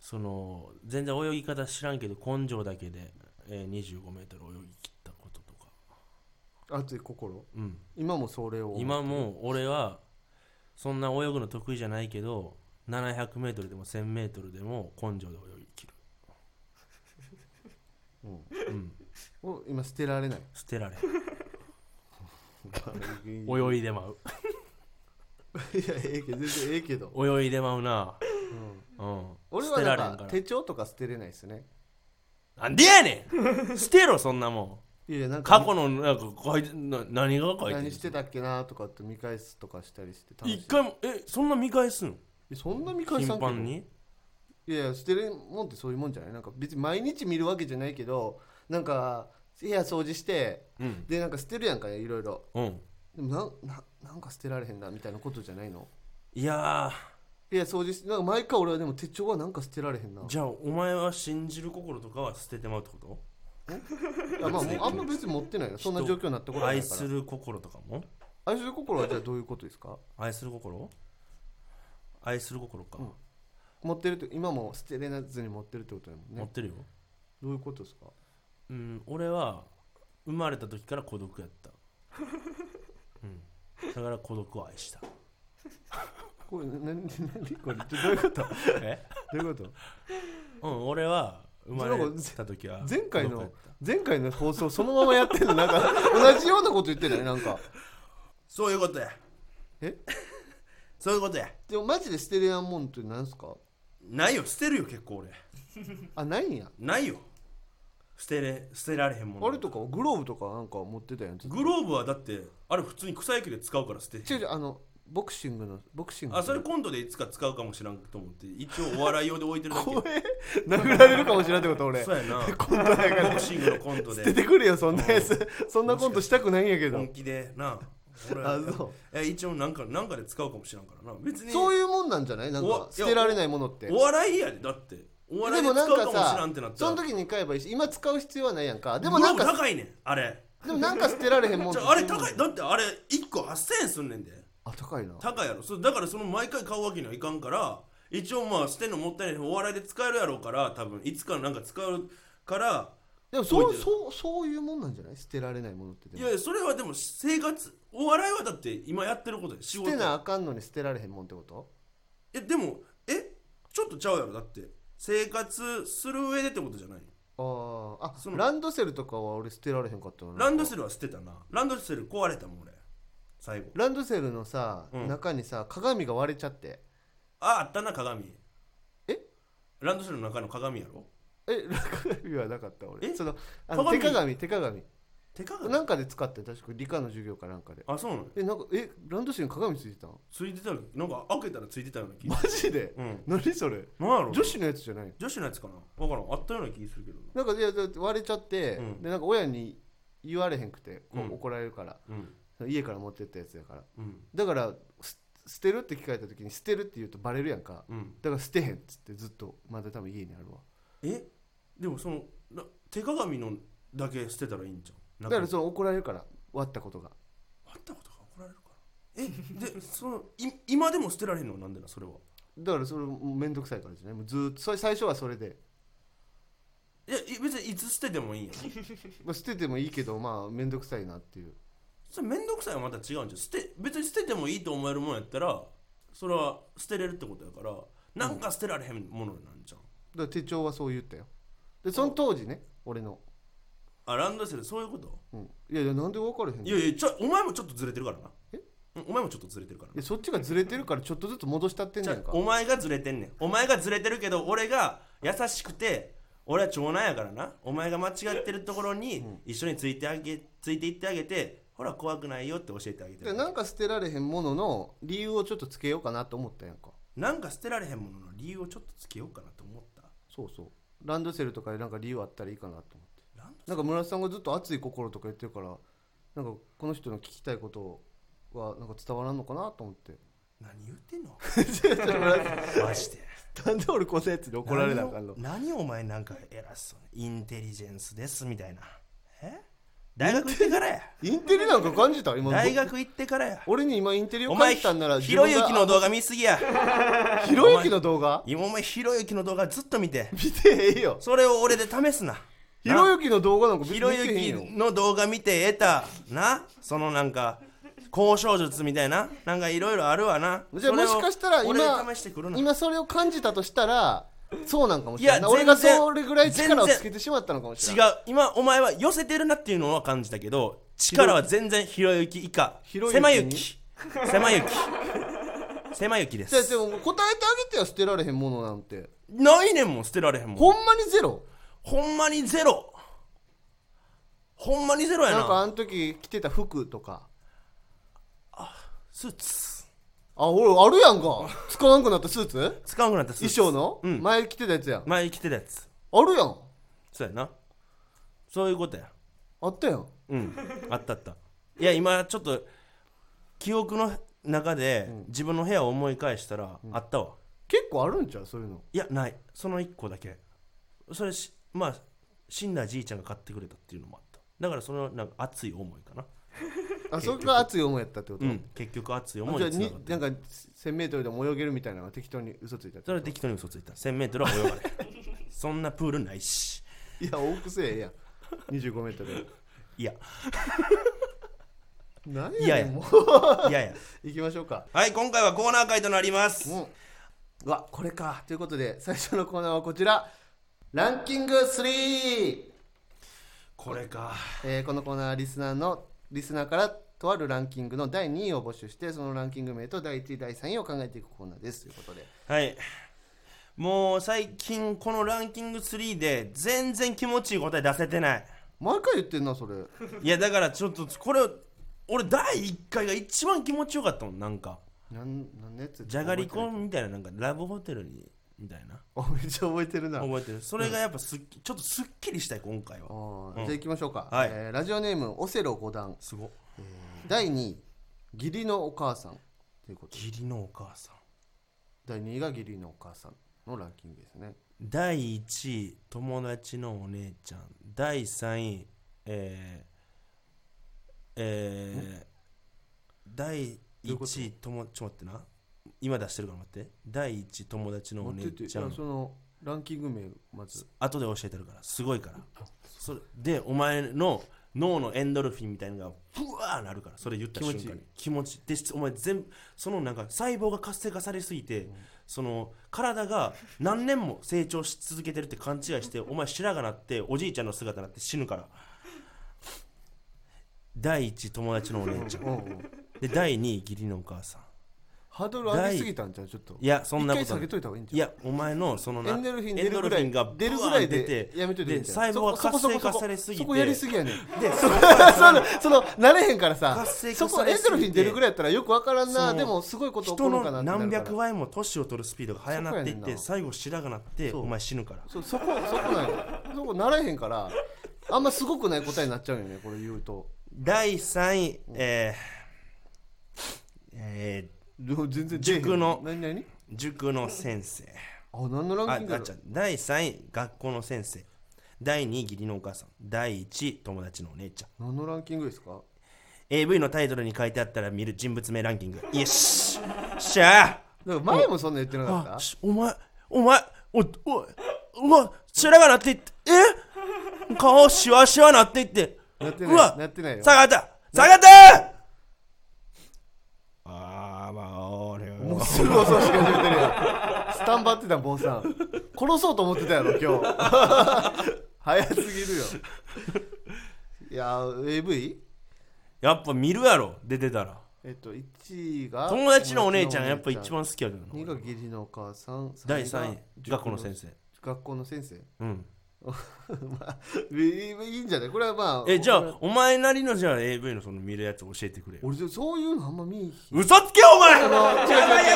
Speaker 1: その全然泳ぎ方知らんけど根性だけで、えー、25メートル泳ぎ切ったこととか、
Speaker 2: 熱い心
Speaker 1: うん、
Speaker 2: 今もそれを
Speaker 1: 今も俺はそんな泳ぐの得意じゃないけど700メートルでも1000メートルでも根性で泳ぎ切る
Speaker 2: を今捨てられ ない
Speaker 1: 捨てられん泳いでまう
Speaker 2: いやええけど全然ええけど
Speaker 1: 泳いでまうな、うん
Speaker 2: 俺
Speaker 1: 捨
Speaker 2: は
Speaker 1: てられん
Speaker 2: なん
Speaker 1: か
Speaker 2: から手帳とか捨てれないですね
Speaker 1: なんでやねん捨てろそんなもん
Speaker 2: いやいやなんか
Speaker 1: 過去のなんか書いてな何が書いてんの
Speaker 2: 何してたっけなとかって見返すとかしたりして楽しい
Speaker 1: 一回もえそんな見返すの
Speaker 2: えそんな見返
Speaker 1: 頻
Speaker 2: さんけど
Speaker 1: 繁に
Speaker 2: いやいや捨てるもんってそういうもんじゃないなんか別に毎日見るわけじゃないけどなんか部屋掃除して、
Speaker 1: うん
Speaker 2: でなんか捨てるやんかいろいろ
Speaker 1: うん
Speaker 2: でもなんななんか捨てられへんなみたいなことじゃないの
Speaker 1: いや
Speaker 2: いや掃除してなんか毎回俺はでも手帳はなんか捨てられへんな
Speaker 1: ーじゃあお前は信じる心とかは捨ててまうってこ
Speaker 2: あ,、まあ、もうあんま別に持ってないよそんな状況になったこと
Speaker 1: と
Speaker 2: な
Speaker 1: 愛
Speaker 2: いか
Speaker 1: す
Speaker 2: ら
Speaker 1: る心とかも
Speaker 2: 愛する心はじゃあどういうことですか
Speaker 1: 愛する心愛する心か、
Speaker 2: 持ってるって今も捨てれなずに持ってるってことだもん
Speaker 1: 持っ
Speaker 2: ね
Speaker 1: てるよ、
Speaker 2: どういうことですか
Speaker 1: うん、俺は生まれた時から孤独 やった、うん、だから孤独を愛した
Speaker 2: これ何何これどういうことど
Speaker 1: え
Speaker 2: ういうこと
Speaker 1: うん俺は生まれた時は
Speaker 2: 前回
Speaker 1: 孤独や
Speaker 2: の
Speaker 1: った
Speaker 2: 前回の放送そのままやってるのなん か同じようなこと言ってないなんか
Speaker 1: そういうことや
Speaker 2: え
Speaker 1: そういうことや
Speaker 2: でもマジで捨てれやんもんってなんすか
Speaker 1: ないよ捨てるよ結構俺
Speaker 2: あないんや
Speaker 1: ないよ捨てれ捨てられへんも
Speaker 2: あ
Speaker 1: ん
Speaker 2: れとかグローブとかなんか持ってたやん
Speaker 1: グローブはだってあれ普通に草野球で使うから捨て
Speaker 2: 違う
Speaker 1: へん
Speaker 2: 違うあのボクシングのボクシングの
Speaker 1: あそれ今度でいつか使うかもしらんと思って一応お笑い用で置いてるだけ
Speaker 2: 怖え殴られるかもしれないってこと俺
Speaker 1: そうやな
Speaker 2: コントなんか
Speaker 1: ボクシングのコント
Speaker 2: 出
Speaker 1: で
Speaker 2: てくるよそんなやつそんなコントしたくないんやけど
Speaker 1: 本気でな俺
Speaker 2: あそう
Speaker 1: え一応なんかなんかで使うかもしらんからな別に
Speaker 2: そういうもんなんじゃないなん
Speaker 1: おいや
Speaker 2: か捨てられないものって
Speaker 1: お笑いやでだってお笑
Speaker 2: で
Speaker 1: いで
Speaker 2: もな
Speaker 1: 使うんかも
Speaker 2: か
Speaker 1: しらんってな
Speaker 2: さ
Speaker 1: った
Speaker 2: そ
Speaker 1: ら
Speaker 2: の時に買えばいいし今使う必要はないやんかで
Speaker 1: で
Speaker 2: も
Speaker 1: も
Speaker 2: な
Speaker 1: なんんか
Speaker 2: か
Speaker 1: 高いねんあれ
Speaker 2: でもなんか捨てられへんもん
Speaker 1: じ
Speaker 2: って
Speaker 1: ゃああれ高いだってあれ1個8000円すんねんで
Speaker 2: あ高いな
Speaker 1: 高いやろそうだからその毎回買うわけにはいかんから一応まあ捨てんのもったいないお笑いで使えるやろうから多分いつかなんか使うから
Speaker 2: でもそう
Speaker 1: 置いてる
Speaker 2: そうそういうもんなんじゃない捨てられないものってで
Speaker 1: い
Speaker 2: も
Speaker 1: やそれはでも生活お笑いはだって今やってることで
Speaker 2: 捨
Speaker 1: 仕事
Speaker 2: て
Speaker 1: い
Speaker 2: な
Speaker 1: や
Speaker 2: あかんのに捨てられへんもんってこと
Speaker 1: でもえちょっとちゃうやろだって生活する上でってことじゃない
Speaker 2: あーあ
Speaker 1: その
Speaker 2: ランドセルとかは俺捨てられへんかったな
Speaker 1: ランドセルは捨てたなランドセル壊れたもん俺最後
Speaker 2: ランドセルのさ、
Speaker 1: うん
Speaker 2: 中にさ鏡が割れちゃって
Speaker 1: ああったな鏡
Speaker 2: え
Speaker 1: ランドセルの中の鏡やろ
Speaker 2: え鏡はなかった俺
Speaker 1: え
Speaker 2: そのあの手
Speaker 1: 鏡
Speaker 2: 鏡手鏡
Speaker 1: 手鏡
Speaker 2: なんかで使って確か理科の授業かなんかで
Speaker 1: あそうなの
Speaker 2: えなんかえランドセルに鏡ついてたん
Speaker 1: ついてたのなんか開けたらついてたような気
Speaker 2: マジで、
Speaker 1: うん
Speaker 2: 何それ
Speaker 1: なんやろ
Speaker 2: 女子のやつじゃないの
Speaker 1: 女子のやつかな分からんあったような気するけど
Speaker 2: なんかいやだって割れちゃって、
Speaker 1: うん
Speaker 2: でなんか親に言われへんくて、こう
Speaker 1: うん
Speaker 2: 怒られるから
Speaker 1: なうん
Speaker 2: 家から持ってったやつやから
Speaker 1: うん
Speaker 2: だからす捨てるって聞かれた時に捨てるって言うとバレるやんか
Speaker 1: うん
Speaker 2: だから捨てへんっつってずっとまだ多分家にあるわ
Speaker 1: えでもそのな手鏡のだけ捨てたらいいんじゃん
Speaker 2: だ
Speaker 1: 中
Speaker 2: か
Speaker 1: に
Speaker 2: らその怒られるから割ったことが
Speaker 1: あったことが怒られるからえでそのい今でも捨てられんのなんでなそれは
Speaker 2: だからそれもう面倒くさいからじゃないもうずーっとそれ最初はそれで、
Speaker 1: いやい別にいつ捨ててもいいんやん
Speaker 2: まあ、捨ててもいいけどまあ面倒くさいなっていう
Speaker 1: それ面倒くさいはまた違うんじゃん捨て別に捨ててもいいと思えるもんやったらそれは捨てれるってことやからなんか捨てられへんものなんじ
Speaker 2: だ
Speaker 1: ゃん、
Speaker 2: から手帳はそう言ったよでその当時ね俺の、
Speaker 1: あランドセルそういうこと
Speaker 2: うん、いやいやなんで分かれへんの
Speaker 1: いやいやちょお前もちょっとずれてるからな
Speaker 2: え
Speaker 1: うんお前もちょっとずれてるから
Speaker 2: いや
Speaker 1: な
Speaker 2: そっちがずれてるからちょっとずつ戻したってん
Speaker 1: じ
Speaker 2: ね
Speaker 1: ゃ
Speaker 2: んか
Speaker 1: お前がずれてんねんお前がずれてるけど俺が優しくて俺は長男やからなお前が間違ってるところに一緒についてあげついていってあげてほら怖くないよって教えてあげて
Speaker 2: で
Speaker 1: る
Speaker 2: なんか捨てられへんものの理由をちょっとつけようかなと思ったやんか
Speaker 1: なんか捨てられへんものの理由をちょっとつけようかなと思った
Speaker 2: そうそうランドセルとかでなんか理由あったらいいかなと思って
Speaker 1: ラン
Speaker 2: な
Speaker 1: ド
Speaker 2: んか村瀬さんがずっと熱い心とか言ってるからなんかこの人の聞きたいことはなんか伝わらんのかなと思って
Speaker 1: 何言って んの
Speaker 2: な
Speaker 1: マジで
Speaker 2: んで俺こんなやつで怒られなあかんの
Speaker 1: 何を何お前なんか偉そうにインテリジェンスですみたいなえ大学行ってからや
Speaker 2: インテリなんか感じた今
Speaker 1: 大学行ってからや
Speaker 2: 俺に今インテリを
Speaker 1: お
Speaker 2: 感
Speaker 1: 前
Speaker 2: じたんなら
Speaker 1: ひろゆきの
Speaker 2: 動
Speaker 1: 動画見すぎや
Speaker 2: 画ひろゆきの動画
Speaker 1: 今お前ひろゆきの動画ずっと見て
Speaker 2: 見てええよ
Speaker 1: それを俺で試すな
Speaker 2: ひろ
Speaker 1: ゆ
Speaker 2: ゆきの動画なんか別
Speaker 1: ひ
Speaker 2: に
Speaker 1: ろ
Speaker 2: 見てへん
Speaker 1: ゆ
Speaker 2: よ
Speaker 1: きの動画見て得たなそのなんか交渉術みたいななんかいろいろあるわな
Speaker 2: じゃあ
Speaker 1: それを
Speaker 2: もしかしたら今
Speaker 1: 俺で試してくるな
Speaker 2: 今それを感じたとしたらそうなんかもしれない
Speaker 1: いや
Speaker 2: 俺が
Speaker 1: 全然
Speaker 2: それぐらい力をつけてしまったのかもし
Speaker 1: 違
Speaker 2: れ
Speaker 1: う
Speaker 2: ない
Speaker 1: 今お前は寄せてるなっていうのは感じたけど力は全然ひろゆき以下
Speaker 2: ひろゆきに
Speaker 1: 狭ゆき狭ゆき狭ゆきで
Speaker 2: じゃあですも答えてあげてよ捨てられへんものなんて
Speaker 1: ないねんもん捨てられへんもん
Speaker 2: ほんまにゼロ
Speaker 1: ほんまにゼロほんまにゼロやな
Speaker 2: なんかあの時着てた服とか
Speaker 1: スーツ
Speaker 2: あ俺あるやんか使わんくなったスーツ
Speaker 1: 使わなくなったスー
Speaker 2: 衣
Speaker 1: ツ
Speaker 2: 装の、
Speaker 1: うん
Speaker 2: 前着てたやつやん
Speaker 1: 前着てたやつ
Speaker 2: あるやん
Speaker 1: そうやなそういうことや
Speaker 2: あったやん
Speaker 1: うんあったあったいや今ちょっと記憶の中で自分の部屋を思い返したらあったわ、
Speaker 2: 結構あるんちゃうそういうの
Speaker 1: いやないその1個だけそれしまあ死んだじいちゃんが買ってくれたっていうのもあっただからそのなんか熱い思いかな
Speaker 2: あそれが熱い思いやったってこと、
Speaker 1: うん結局熱い思い
Speaker 2: じゃあ
Speaker 1: につな
Speaker 2: に
Speaker 1: がって
Speaker 2: なんか 1000m でも泳げるみたいなのが適当に嘘ついたって
Speaker 1: それは適当に嘘ついた 1000m は泳がれ へんそんなプールないし
Speaker 2: いや多くせええやん 25m
Speaker 1: いや
Speaker 2: 何
Speaker 1: い
Speaker 2: や
Speaker 1: やや
Speaker 2: ねんもう
Speaker 1: いやいや
Speaker 2: 行きましょうか
Speaker 1: はい今回はコーナー会となります
Speaker 2: うんうわこれかということで最初のコーナーはこちらランキング3、
Speaker 1: これか
Speaker 2: えーこのコーナーはリスナーのリスナーからとあるランキングの第2位を募集してそのランキング名と第1位第3位を考えていくコーナーですということで
Speaker 1: はいもう最近このランキング3で全然気持ちいい答え出せてない
Speaker 2: 毎回言ってんなそれ
Speaker 1: いやだからちょっとこれ俺第1回が一番気持ちよかったもんなんか
Speaker 2: なんなんのやつ
Speaker 1: じゃがりこみたいななんかラブホテルにみたいな
Speaker 2: あめっちゃ覚えてるな
Speaker 1: 覚えてるそれがやっぱすっきちょっとすっきりしたい今回
Speaker 2: あ
Speaker 1: は
Speaker 2: ー
Speaker 1: うん
Speaker 2: じゃあ行きましょうか、
Speaker 1: はい
Speaker 2: えーラジオネームオセロ五段
Speaker 1: すごっ
Speaker 2: 第2位義理のお母さんということで
Speaker 1: 義理のお母さん
Speaker 2: 第2位が義理のお母さんのランキングですね
Speaker 1: 第1位友達のお姉ちゃん第3位えー、えー、第
Speaker 2: どういうこと
Speaker 1: 1位ともちょっと待ってな今出してるから待って第1位友達のお
Speaker 2: 待
Speaker 1: 姉
Speaker 2: ってて
Speaker 1: ちゃん
Speaker 2: そのランキング名まず
Speaker 1: 後で教えてるからすごいからそれでお前の脳のエンドルフィンみたいなのがふわーなるからそれ言った瞬
Speaker 2: 気持ち
Speaker 1: 間
Speaker 2: い
Speaker 1: に気持ちでしお前全部そのなんか細胞が活性化されすぎて、その体が何年も成長し続けてるって勘違いしてお前白髪なっておじいちゃんの姿になって死ぬから第一友達のお姉ちゃん
Speaker 2: うんうん
Speaker 1: で第二位義理のお母さん
Speaker 2: ハードル上げすぎたんじゃんちょっと
Speaker 1: いやそんなこ
Speaker 2: 一回
Speaker 1: と
Speaker 2: 下げといた方がいいん
Speaker 1: い
Speaker 2: じゃん
Speaker 1: やお前のそのな
Speaker 2: エンドルフィン出
Speaker 1: エン
Speaker 2: る
Speaker 1: ド
Speaker 2: ぐ
Speaker 1: ル
Speaker 2: ら
Speaker 1: フィン
Speaker 2: い
Speaker 1: が
Speaker 2: 出るぐらい
Speaker 1: ブワー
Speaker 2: で
Speaker 1: 出て
Speaker 2: やめといて
Speaker 1: で細胞が活性化されすぎて
Speaker 2: そこやりすぎやねん
Speaker 1: でそこ
Speaker 2: それその慣れへんからさ
Speaker 1: 活性化
Speaker 2: そこ
Speaker 1: され
Speaker 2: エ
Speaker 1: す
Speaker 2: ン
Speaker 1: ぎ
Speaker 2: ドルフ
Speaker 1: て
Speaker 2: ィン出るぐらいやったらよくわからん
Speaker 1: そ
Speaker 2: な
Speaker 1: の
Speaker 2: でもすごいこと起こ
Speaker 1: 人
Speaker 2: るかな
Speaker 1: の
Speaker 2: ってなるから
Speaker 1: 何百倍も年を取るスピードが速なってい
Speaker 2: そうや
Speaker 1: っ
Speaker 2: ねん
Speaker 1: て
Speaker 2: な
Speaker 1: 最後白髪なって
Speaker 2: そう
Speaker 1: お前死ぬから
Speaker 2: そうそこそこなんやそこならへんからあんますごくない答えになっちゃうよねこれ言うと
Speaker 1: 第3位えーえ
Speaker 2: でも全然出えへん
Speaker 1: 塾の
Speaker 2: 何何
Speaker 1: ー塾の先生
Speaker 2: あ何のラ
Speaker 1: あ
Speaker 2: ンキング
Speaker 1: あ
Speaker 2: や
Speaker 1: っ
Speaker 2: ろ
Speaker 1: ちゃん第3位学校の先生第2位義理のお母さん第1位友達のお姉ちゃん
Speaker 2: 何のランキングですか
Speaker 1: AV のタイトルに書いてあったら見る人物名ランキングイエスしゃあ
Speaker 2: だから前もそんな言ってなかった
Speaker 1: あしお前お前おおうわ白髪なっていってえ顔しわしわなっていって
Speaker 2: なって
Speaker 1: うわ
Speaker 2: ないなってないよ
Speaker 1: 下がった下がったあーまあ俺は
Speaker 2: もうすぐ恐ろしく始めてるやんスタンバってた坊さん殺そうと思ってたやろ今日 早すぎるよいやー AV?
Speaker 1: やっぱ見るやろ出てたら
Speaker 2: えっと1位が
Speaker 1: 友達のお姉ちゃんやっぱ一
Speaker 2: 番
Speaker 1: 番好きやけど
Speaker 2: 2
Speaker 1: な
Speaker 2: が義理のお母さん
Speaker 1: 第3位学校の先
Speaker 2: 生
Speaker 1: 生
Speaker 2: 学校の先生
Speaker 1: うん
Speaker 2: まあいいいいんじゃないこれはまあ
Speaker 1: えじゃ
Speaker 2: 俺
Speaker 1: あお前なりのじゃあ AV のその見るやつ教えてくれよ
Speaker 2: 俺じゃそういうのあんま見えへん
Speaker 1: 嘘つけよお前
Speaker 2: の
Speaker 1: やばいやばいやばい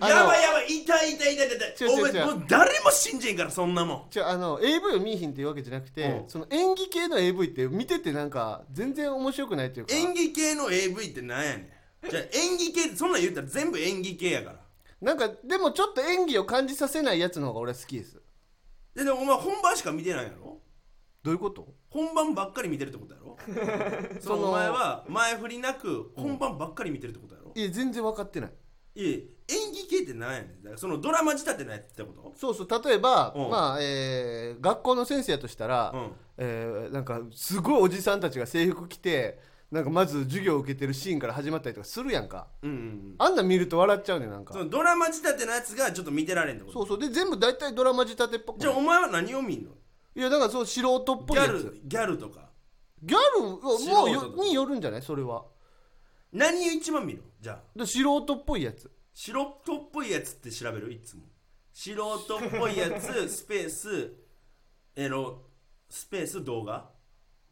Speaker 2: あの
Speaker 1: やばいやばい痛い痛い痛い痛
Speaker 2: 違う
Speaker 1: いお
Speaker 2: 違う違
Speaker 1: 前
Speaker 2: う
Speaker 1: もう誰も信じんからそんなもん
Speaker 2: じゃああの AV を見えひんっていうわけじゃなくて、
Speaker 1: うん
Speaker 2: その演技系の AV って見ててなんか全然面白くないっていうか
Speaker 1: 演技系の AV ってなんやねんじゃあ演技系そんなん言ったら全部演技系やから
Speaker 2: なんかでもちょっと演技を感じさせないやつの方が俺は好きです
Speaker 1: ででもお前本番しか見てないやろ
Speaker 2: どういうこと
Speaker 1: 本番ばっかり見てるってこと やろそ
Speaker 2: その
Speaker 1: のお前は前振りなく本番ばっかり見てるってことやろ、
Speaker 2: いや全然分かってない
Speaker 1: いえ演技系ってなんやねんだからそのドラマ仕立てのやつってこ
Speaker 2: そうそう例えば、
Speaker 1: うん
Speaker 2: まあえー学校の先生やとしたら、
Speaker 1: とうん
Speaker 2: えーなんかすごいおじさんたちが制服着てなんかまず授業を受けてるシーンから始まったりとかするやんか
Speaker 1: うんうんうん
Speaker 2: あんなん見ると笑っちゃうねんなんか
Speaker 1: そのドラマ仕立てのやつがちょっと見てられんってこと
Speaker 2: そうそうで全部大体ドラマ仕立てっぽく
Speaker 1: じゃあお前は何を見んの
Speaker 2: いやだからそう素人っぽい
Speaker 1: ギ
Speaker 2: や
Speaker 1: ャ
Speaker 2: つ
Speaker 1: ルギャルとか
Speaker 2: ギャルはもう
Speaker 1: 素
Speaker 2: よ
Speaker 1: 人とか
Speaker 2: によるんじゃないそれは
Speaker 1: 何を一番見るのじゃあ
Speaker 2: で素人っぽいやつ
Speaker 1: 素人っぽいやつって調べるいつも素人っぽいや つスペースエロスペース動画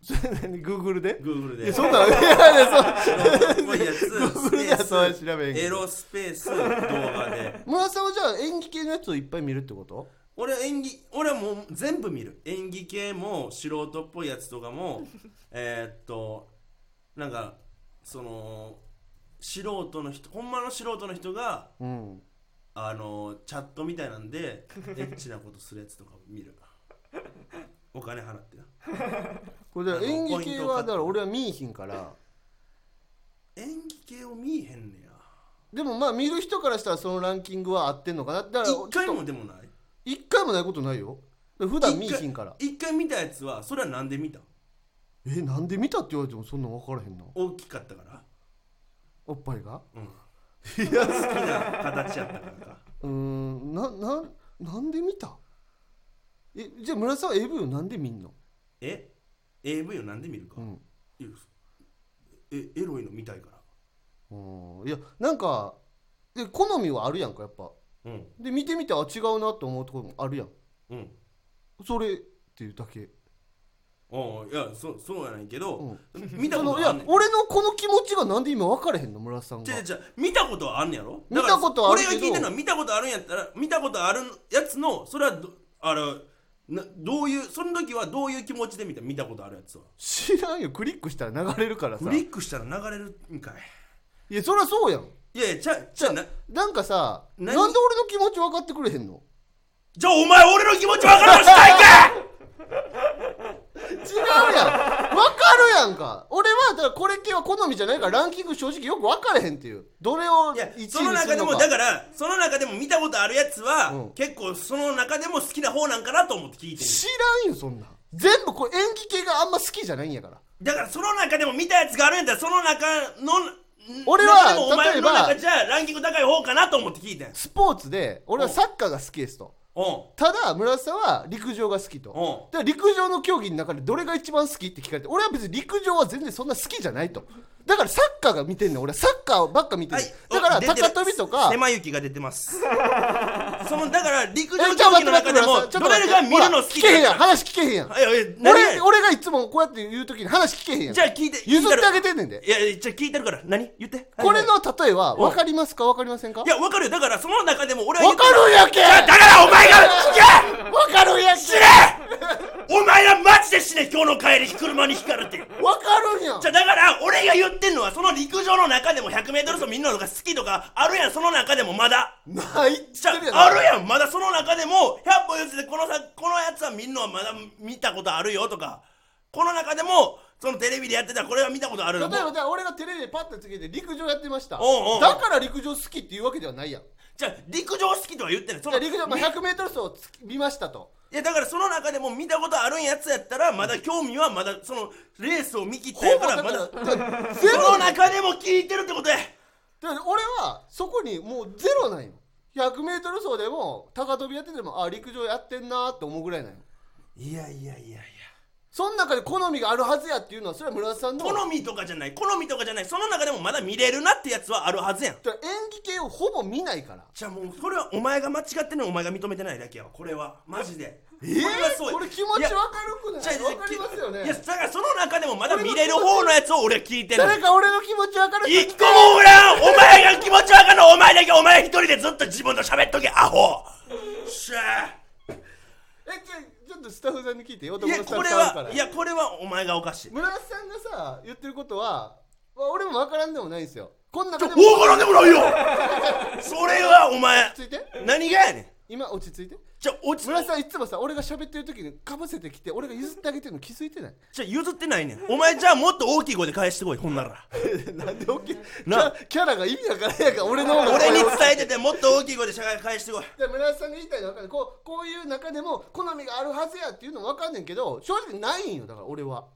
Speaker 2: それ何グーグルで
Speaker 1: Google
Speaker 2: い
Speaker 1: で
Speaker 2: や
Speaker 1: 素
Speaker 2: そん なんいやいやそう
Speaker 1: 人っぽいやつス
Speaker 2: Google で
Speaker 1: ペ
Speaker 2: はそれ
Speaker 1: ー
Speaker 2: 調べへん
Speaker 1: ス
Speaker 2: けど
Speaker 1: エロスペース動画で
Speaker 2: 村田さんはじゃあ演技系のやつをいっぱい見るってこと
Speaker 1: 俺は演技俺はもう全部見る演技系も素人っぽいやつとかも えーっとなんかその素人の人ほんまの素人の人が
Speaker 2: うん
Speaker 1: あのチャットみたいなんでエッチなことするやつとか見るお金払ってな
Speaker 2: これだから演
Speaker 1: あ
Speaker 2: 技
Speaker 1: のポイン
Speaker 2: 系
Speaker 1: トを買
Speaker 2: は
Speaker 1: って
Speaker 2: だから俺は見いひんから
Speaker 1: 演技系を見えへんねや
Speaker 2: でもまあ見る人からしたらそのランキングは合ってんのかなだから
Speaker 1: 一回
Speaker 2: ちょっと
Speaker 1: もでもない
Speaker 2: 一回もないことないよ普段見いひんから
Speaker 1: 一回一回見たやつはそれはなんで見た
Speaker 2: えなんで見たって言われてもそんなん分からへんな
Speaker 1: 大きかったから
Speaker 2: おっぱいが
Speaker 1: うん
Speaker 2: いや
Speaker 1: 好きな形やったからか
Speaker 2: うーんなななんで見たえじゃあ村田さんは AV をなんで見んの
Speaker 1: え AV をなんで見るか、
Speaker 2: うん
Speaker 1: いやえエロいの見たいか
Speaker 2: うんいやなんかで好みはあるやんかやっぱ
Speaker 1: らうん
Speaker 2: で見てみてあ違うなと思うところもあるやん
Speaker 1: うん
Speaker 2: それっていうだけ
Speaker 1: ああいやそそうやないけど、見た
Speaker 2: そ
Speaker 1: こ
Speaker 2: のい
Speaker 1: と
Speaker 2: や
Speaker 1: あんねん
Speaker 2: 俺のこの気持ちがなんで今分からへんの村田さん
Speaker 1: じ
Speaker 2: が
Speaker 1: ゃじゃ見たことはあんねやろ
Speaker 2: 見たことはあるけど
Speaker 1: だから俺が聞いてるのは見たことあるんやったら見たことあるやつのそれはどあれなどういうその時はどういう気持ちで見た見たことあるやつは
Speaker 2: 知らんよクリックしたら流れるからさ
Speaker 1: クリックしたら流れるんか
Speaker 2: いやそりゃそうやん
Speaker 1: いいやいやちゃうちゃうな
Speaker 2: なんかさなん
Speaker 1: 何
Speaker 2: で俺の気持ち分かってくれへんの
Speaker 1: じゃあお前俺の気持ち分からんとしたいか
Speaker 2: 違うやん分かるやんか俺はだからこれ系は好みじゃないからランキング正直よく分かれへんって いうどれを
Speaker 1: いや
Speaker 2: 1位にす
Speaker 1: そ
Speaker 2: る
Speaker 1: の
Speaker 2: のか
Speaker 1: 中でもだからその中でも見たことあるやつは、
Speaker 2: うん
Speaker 1: 結構その中でも好きな方なんかなと思って聞いてる
Speaker 2: 知らんよそんなん全部これ演技系があんま好きじゃないんやから
Speaker 1: だからその中でも見たやつがあるんやったらその中の
Speaker 2: 俺は
Speaker 1: 中でもお前
Speaker 2: 例えば
Speaker 1: の中じゃランキング高い方かなと思って聞いてん
Speaker 2: スポーツで俺はサッカーが好きですと
Speaker 1: お
Speaker 2: ただ村田さんは陸上が好きと
Speaker 1: う
Speaker 2: だから陸上の競技の中でどれが一番好きって聞かれて俺は別に陸上は全然そんな好きじゃないとだからサッカーが見てんねん俺はサッカーばっか見てん
Speaker 1: は
Speaker 2: ね
Speaker 1: い
Speaker 2: ん、だから
Speaker 1: 出てる
Speaker 2: 高跳びとか
Speaker 1: 手間行きが出てます そのだから陸上
Speaker 2: えちょっ
Speaker 1: 競
Speaker 2: と待
Speaker 1: 技
Speaker 2: って待って
Speaker 1: の中で
Speaker 2: 村田
Speaker 1: も
Speaker 2: さんちょっ
Speaker 1: ど
Speaker 2: と待っ
Speaker 1: れ
Speaker 2: て
Speaker 1: が見るの好き
Speaker 2: 聞けへんやん
Speaker 1: か
Speaker 2: 話聞けへんやん
Speaker 1: はいやいや何
Speaker 2: 俺俺がいつもこうやって言う時に話聞けへんやん
Speaker 1: じゃあ聞いて
Speaker 2: 譲ってあ
Speaker 1: 聞い
Speaker 2: げ
Speaker 1: た
Speaker 2: てんねんで
Speaker 1: いやいやじゃあ聞いてるから何言って
Speaker 2: これ
Speaker 1: はい
Speaker 2: の例えは分かりますか分かりませんか
Speaker 1: いや分かるよだからその中でも俺は言
Speaker 2: 分
Speaker 1: っ
Speaker 2: かるんやけ
Speaker 1: だからお前が聞け
Speaker 2: 分かるんやけ
Speaker 1: 死ねお前はマジで死ね今日の帰り車にひかるっていう
Speaker 2: 分かるんや
Speaker 1: じゃあだから俺が言ってんのはその陸上の中でも 100m 走みんなのが好きとかあるやんその中でもまだ
Speaker 2: ないっ
Speaker 1: じ
Speaker 2: て
Speaker 1: ゃ
Speaker 2: るやん
Speaker 1: ああるやんまだその中でも100歩譲ってこのさこのやつはみんなはまだ見たことあるよとかこの中でもそのテレビでやってたこれは見たことある
Speaker 2: 例え
Speaker 1: の
Speaker 2: ばじゃあ俺がテレビでパッとつけて陸上やってました
Speaker 1: おうおうおう
Speaker 2: だから陸上好きっていうわけではないやん
Speaker 1: じゃあ陸上好きとは言ってないそ
Speaker 2: じゃ
Speaker 1: の
Speaker 2: あ陸上、まあ、100m 走をつ見ましたと
Speaker 1: いやだからその中でも見たことあるんやつやったらまだ興味はまだそのレースを見切った
Speaker 2: ほ
Speaker 1: や
Speaker 2: ぼ
Speaker 1: から
Speaker 2: だ
Speaker 1: ま
Speaker 2: か
Speaker 1: だ
Speaker 2: ら
Speaker 1: そ
Speaker 2: だからゼロ
Speaker 1: の
Speaker 2: ない
Speaker 1: 中でも聞いてるってことや
Speaker 2: だから俺はそこにもうゼロなんよ 100m 走でも高跳びやっててもあ陸上やってんなーって思うぐらいなんよ
Speaker 1: いやいやいやいや
Speaker 2: その中で好みがあるはずやっていうのはそれは村田さんの
Speaker 1: 好みとかじゃない好みとかじゃないその中でもまだ見れるなってやつはあるはずやん
Speaker 2: だから演技系をほぼ見ないから
Speaker 1: じゃあもうそれはお前が間違ってんのにお前が認めてないだけやわこれはマジでえ
Speaker 2: えー、これ気持ち分かるくない分かりますよ
Speaker 1: いや
Speaker 2: ね
Speaker 1: だからその中でもまだ見れる方のやつを俺は聞いてる
Speaker 2: 誰か俺の気持ち分かる人
Speaker 1: 一個もおらんお前が気持ちわかんのお前だけお前一人でずっと自分と喋っとけアホしゃ
Speaker 2: えちょちょっとスタッフさんに聞いてよ
Speaker 1: あい
Speaker 2: 男
Speaker 1: や
Speaker 2: のスタッ
Speaker 1: こ
Speaker 2: フ
Speaker 1: れ
Speaker 2: さんあるか
Speaker 1: は
Speaker 2: ら
Speaker 1: いやこれはお前がおかしい
Speaker 2: 村田さんがさ言ってることは、まあ、俺も分からんでもないんですよこんな
Speaker 1: お
Speaker 2: 中でも
Speaker 1: おからんでもないよそれはお前
Speaker 2: 落ち着いて
Speaker 1: 何がやねん
Speaker 2: 今落ち着いて
Speaker 1: じゃあ落ち
Speaker 2: 村田さんいつもさ俺が喋ってる時にかぶせてきて俺が譲ってあげてるの気づいてない
Speaker 1: じゃあ譲ってないねんお前じゃあもっと大きい声で返してこいほんなら
Speaker 2: なんで OK
Speaker 1: な
Speaker 2: なキャラが意味わからんやから俺の方が
Speaker 1: 俺に伝えててもっと大きい声で返してこい
Speaker 2: で村田さんが言いたいのは分かるこうこういう中でも好みがあるはずやっていうの分かんねんけど正直ないんよだから俺は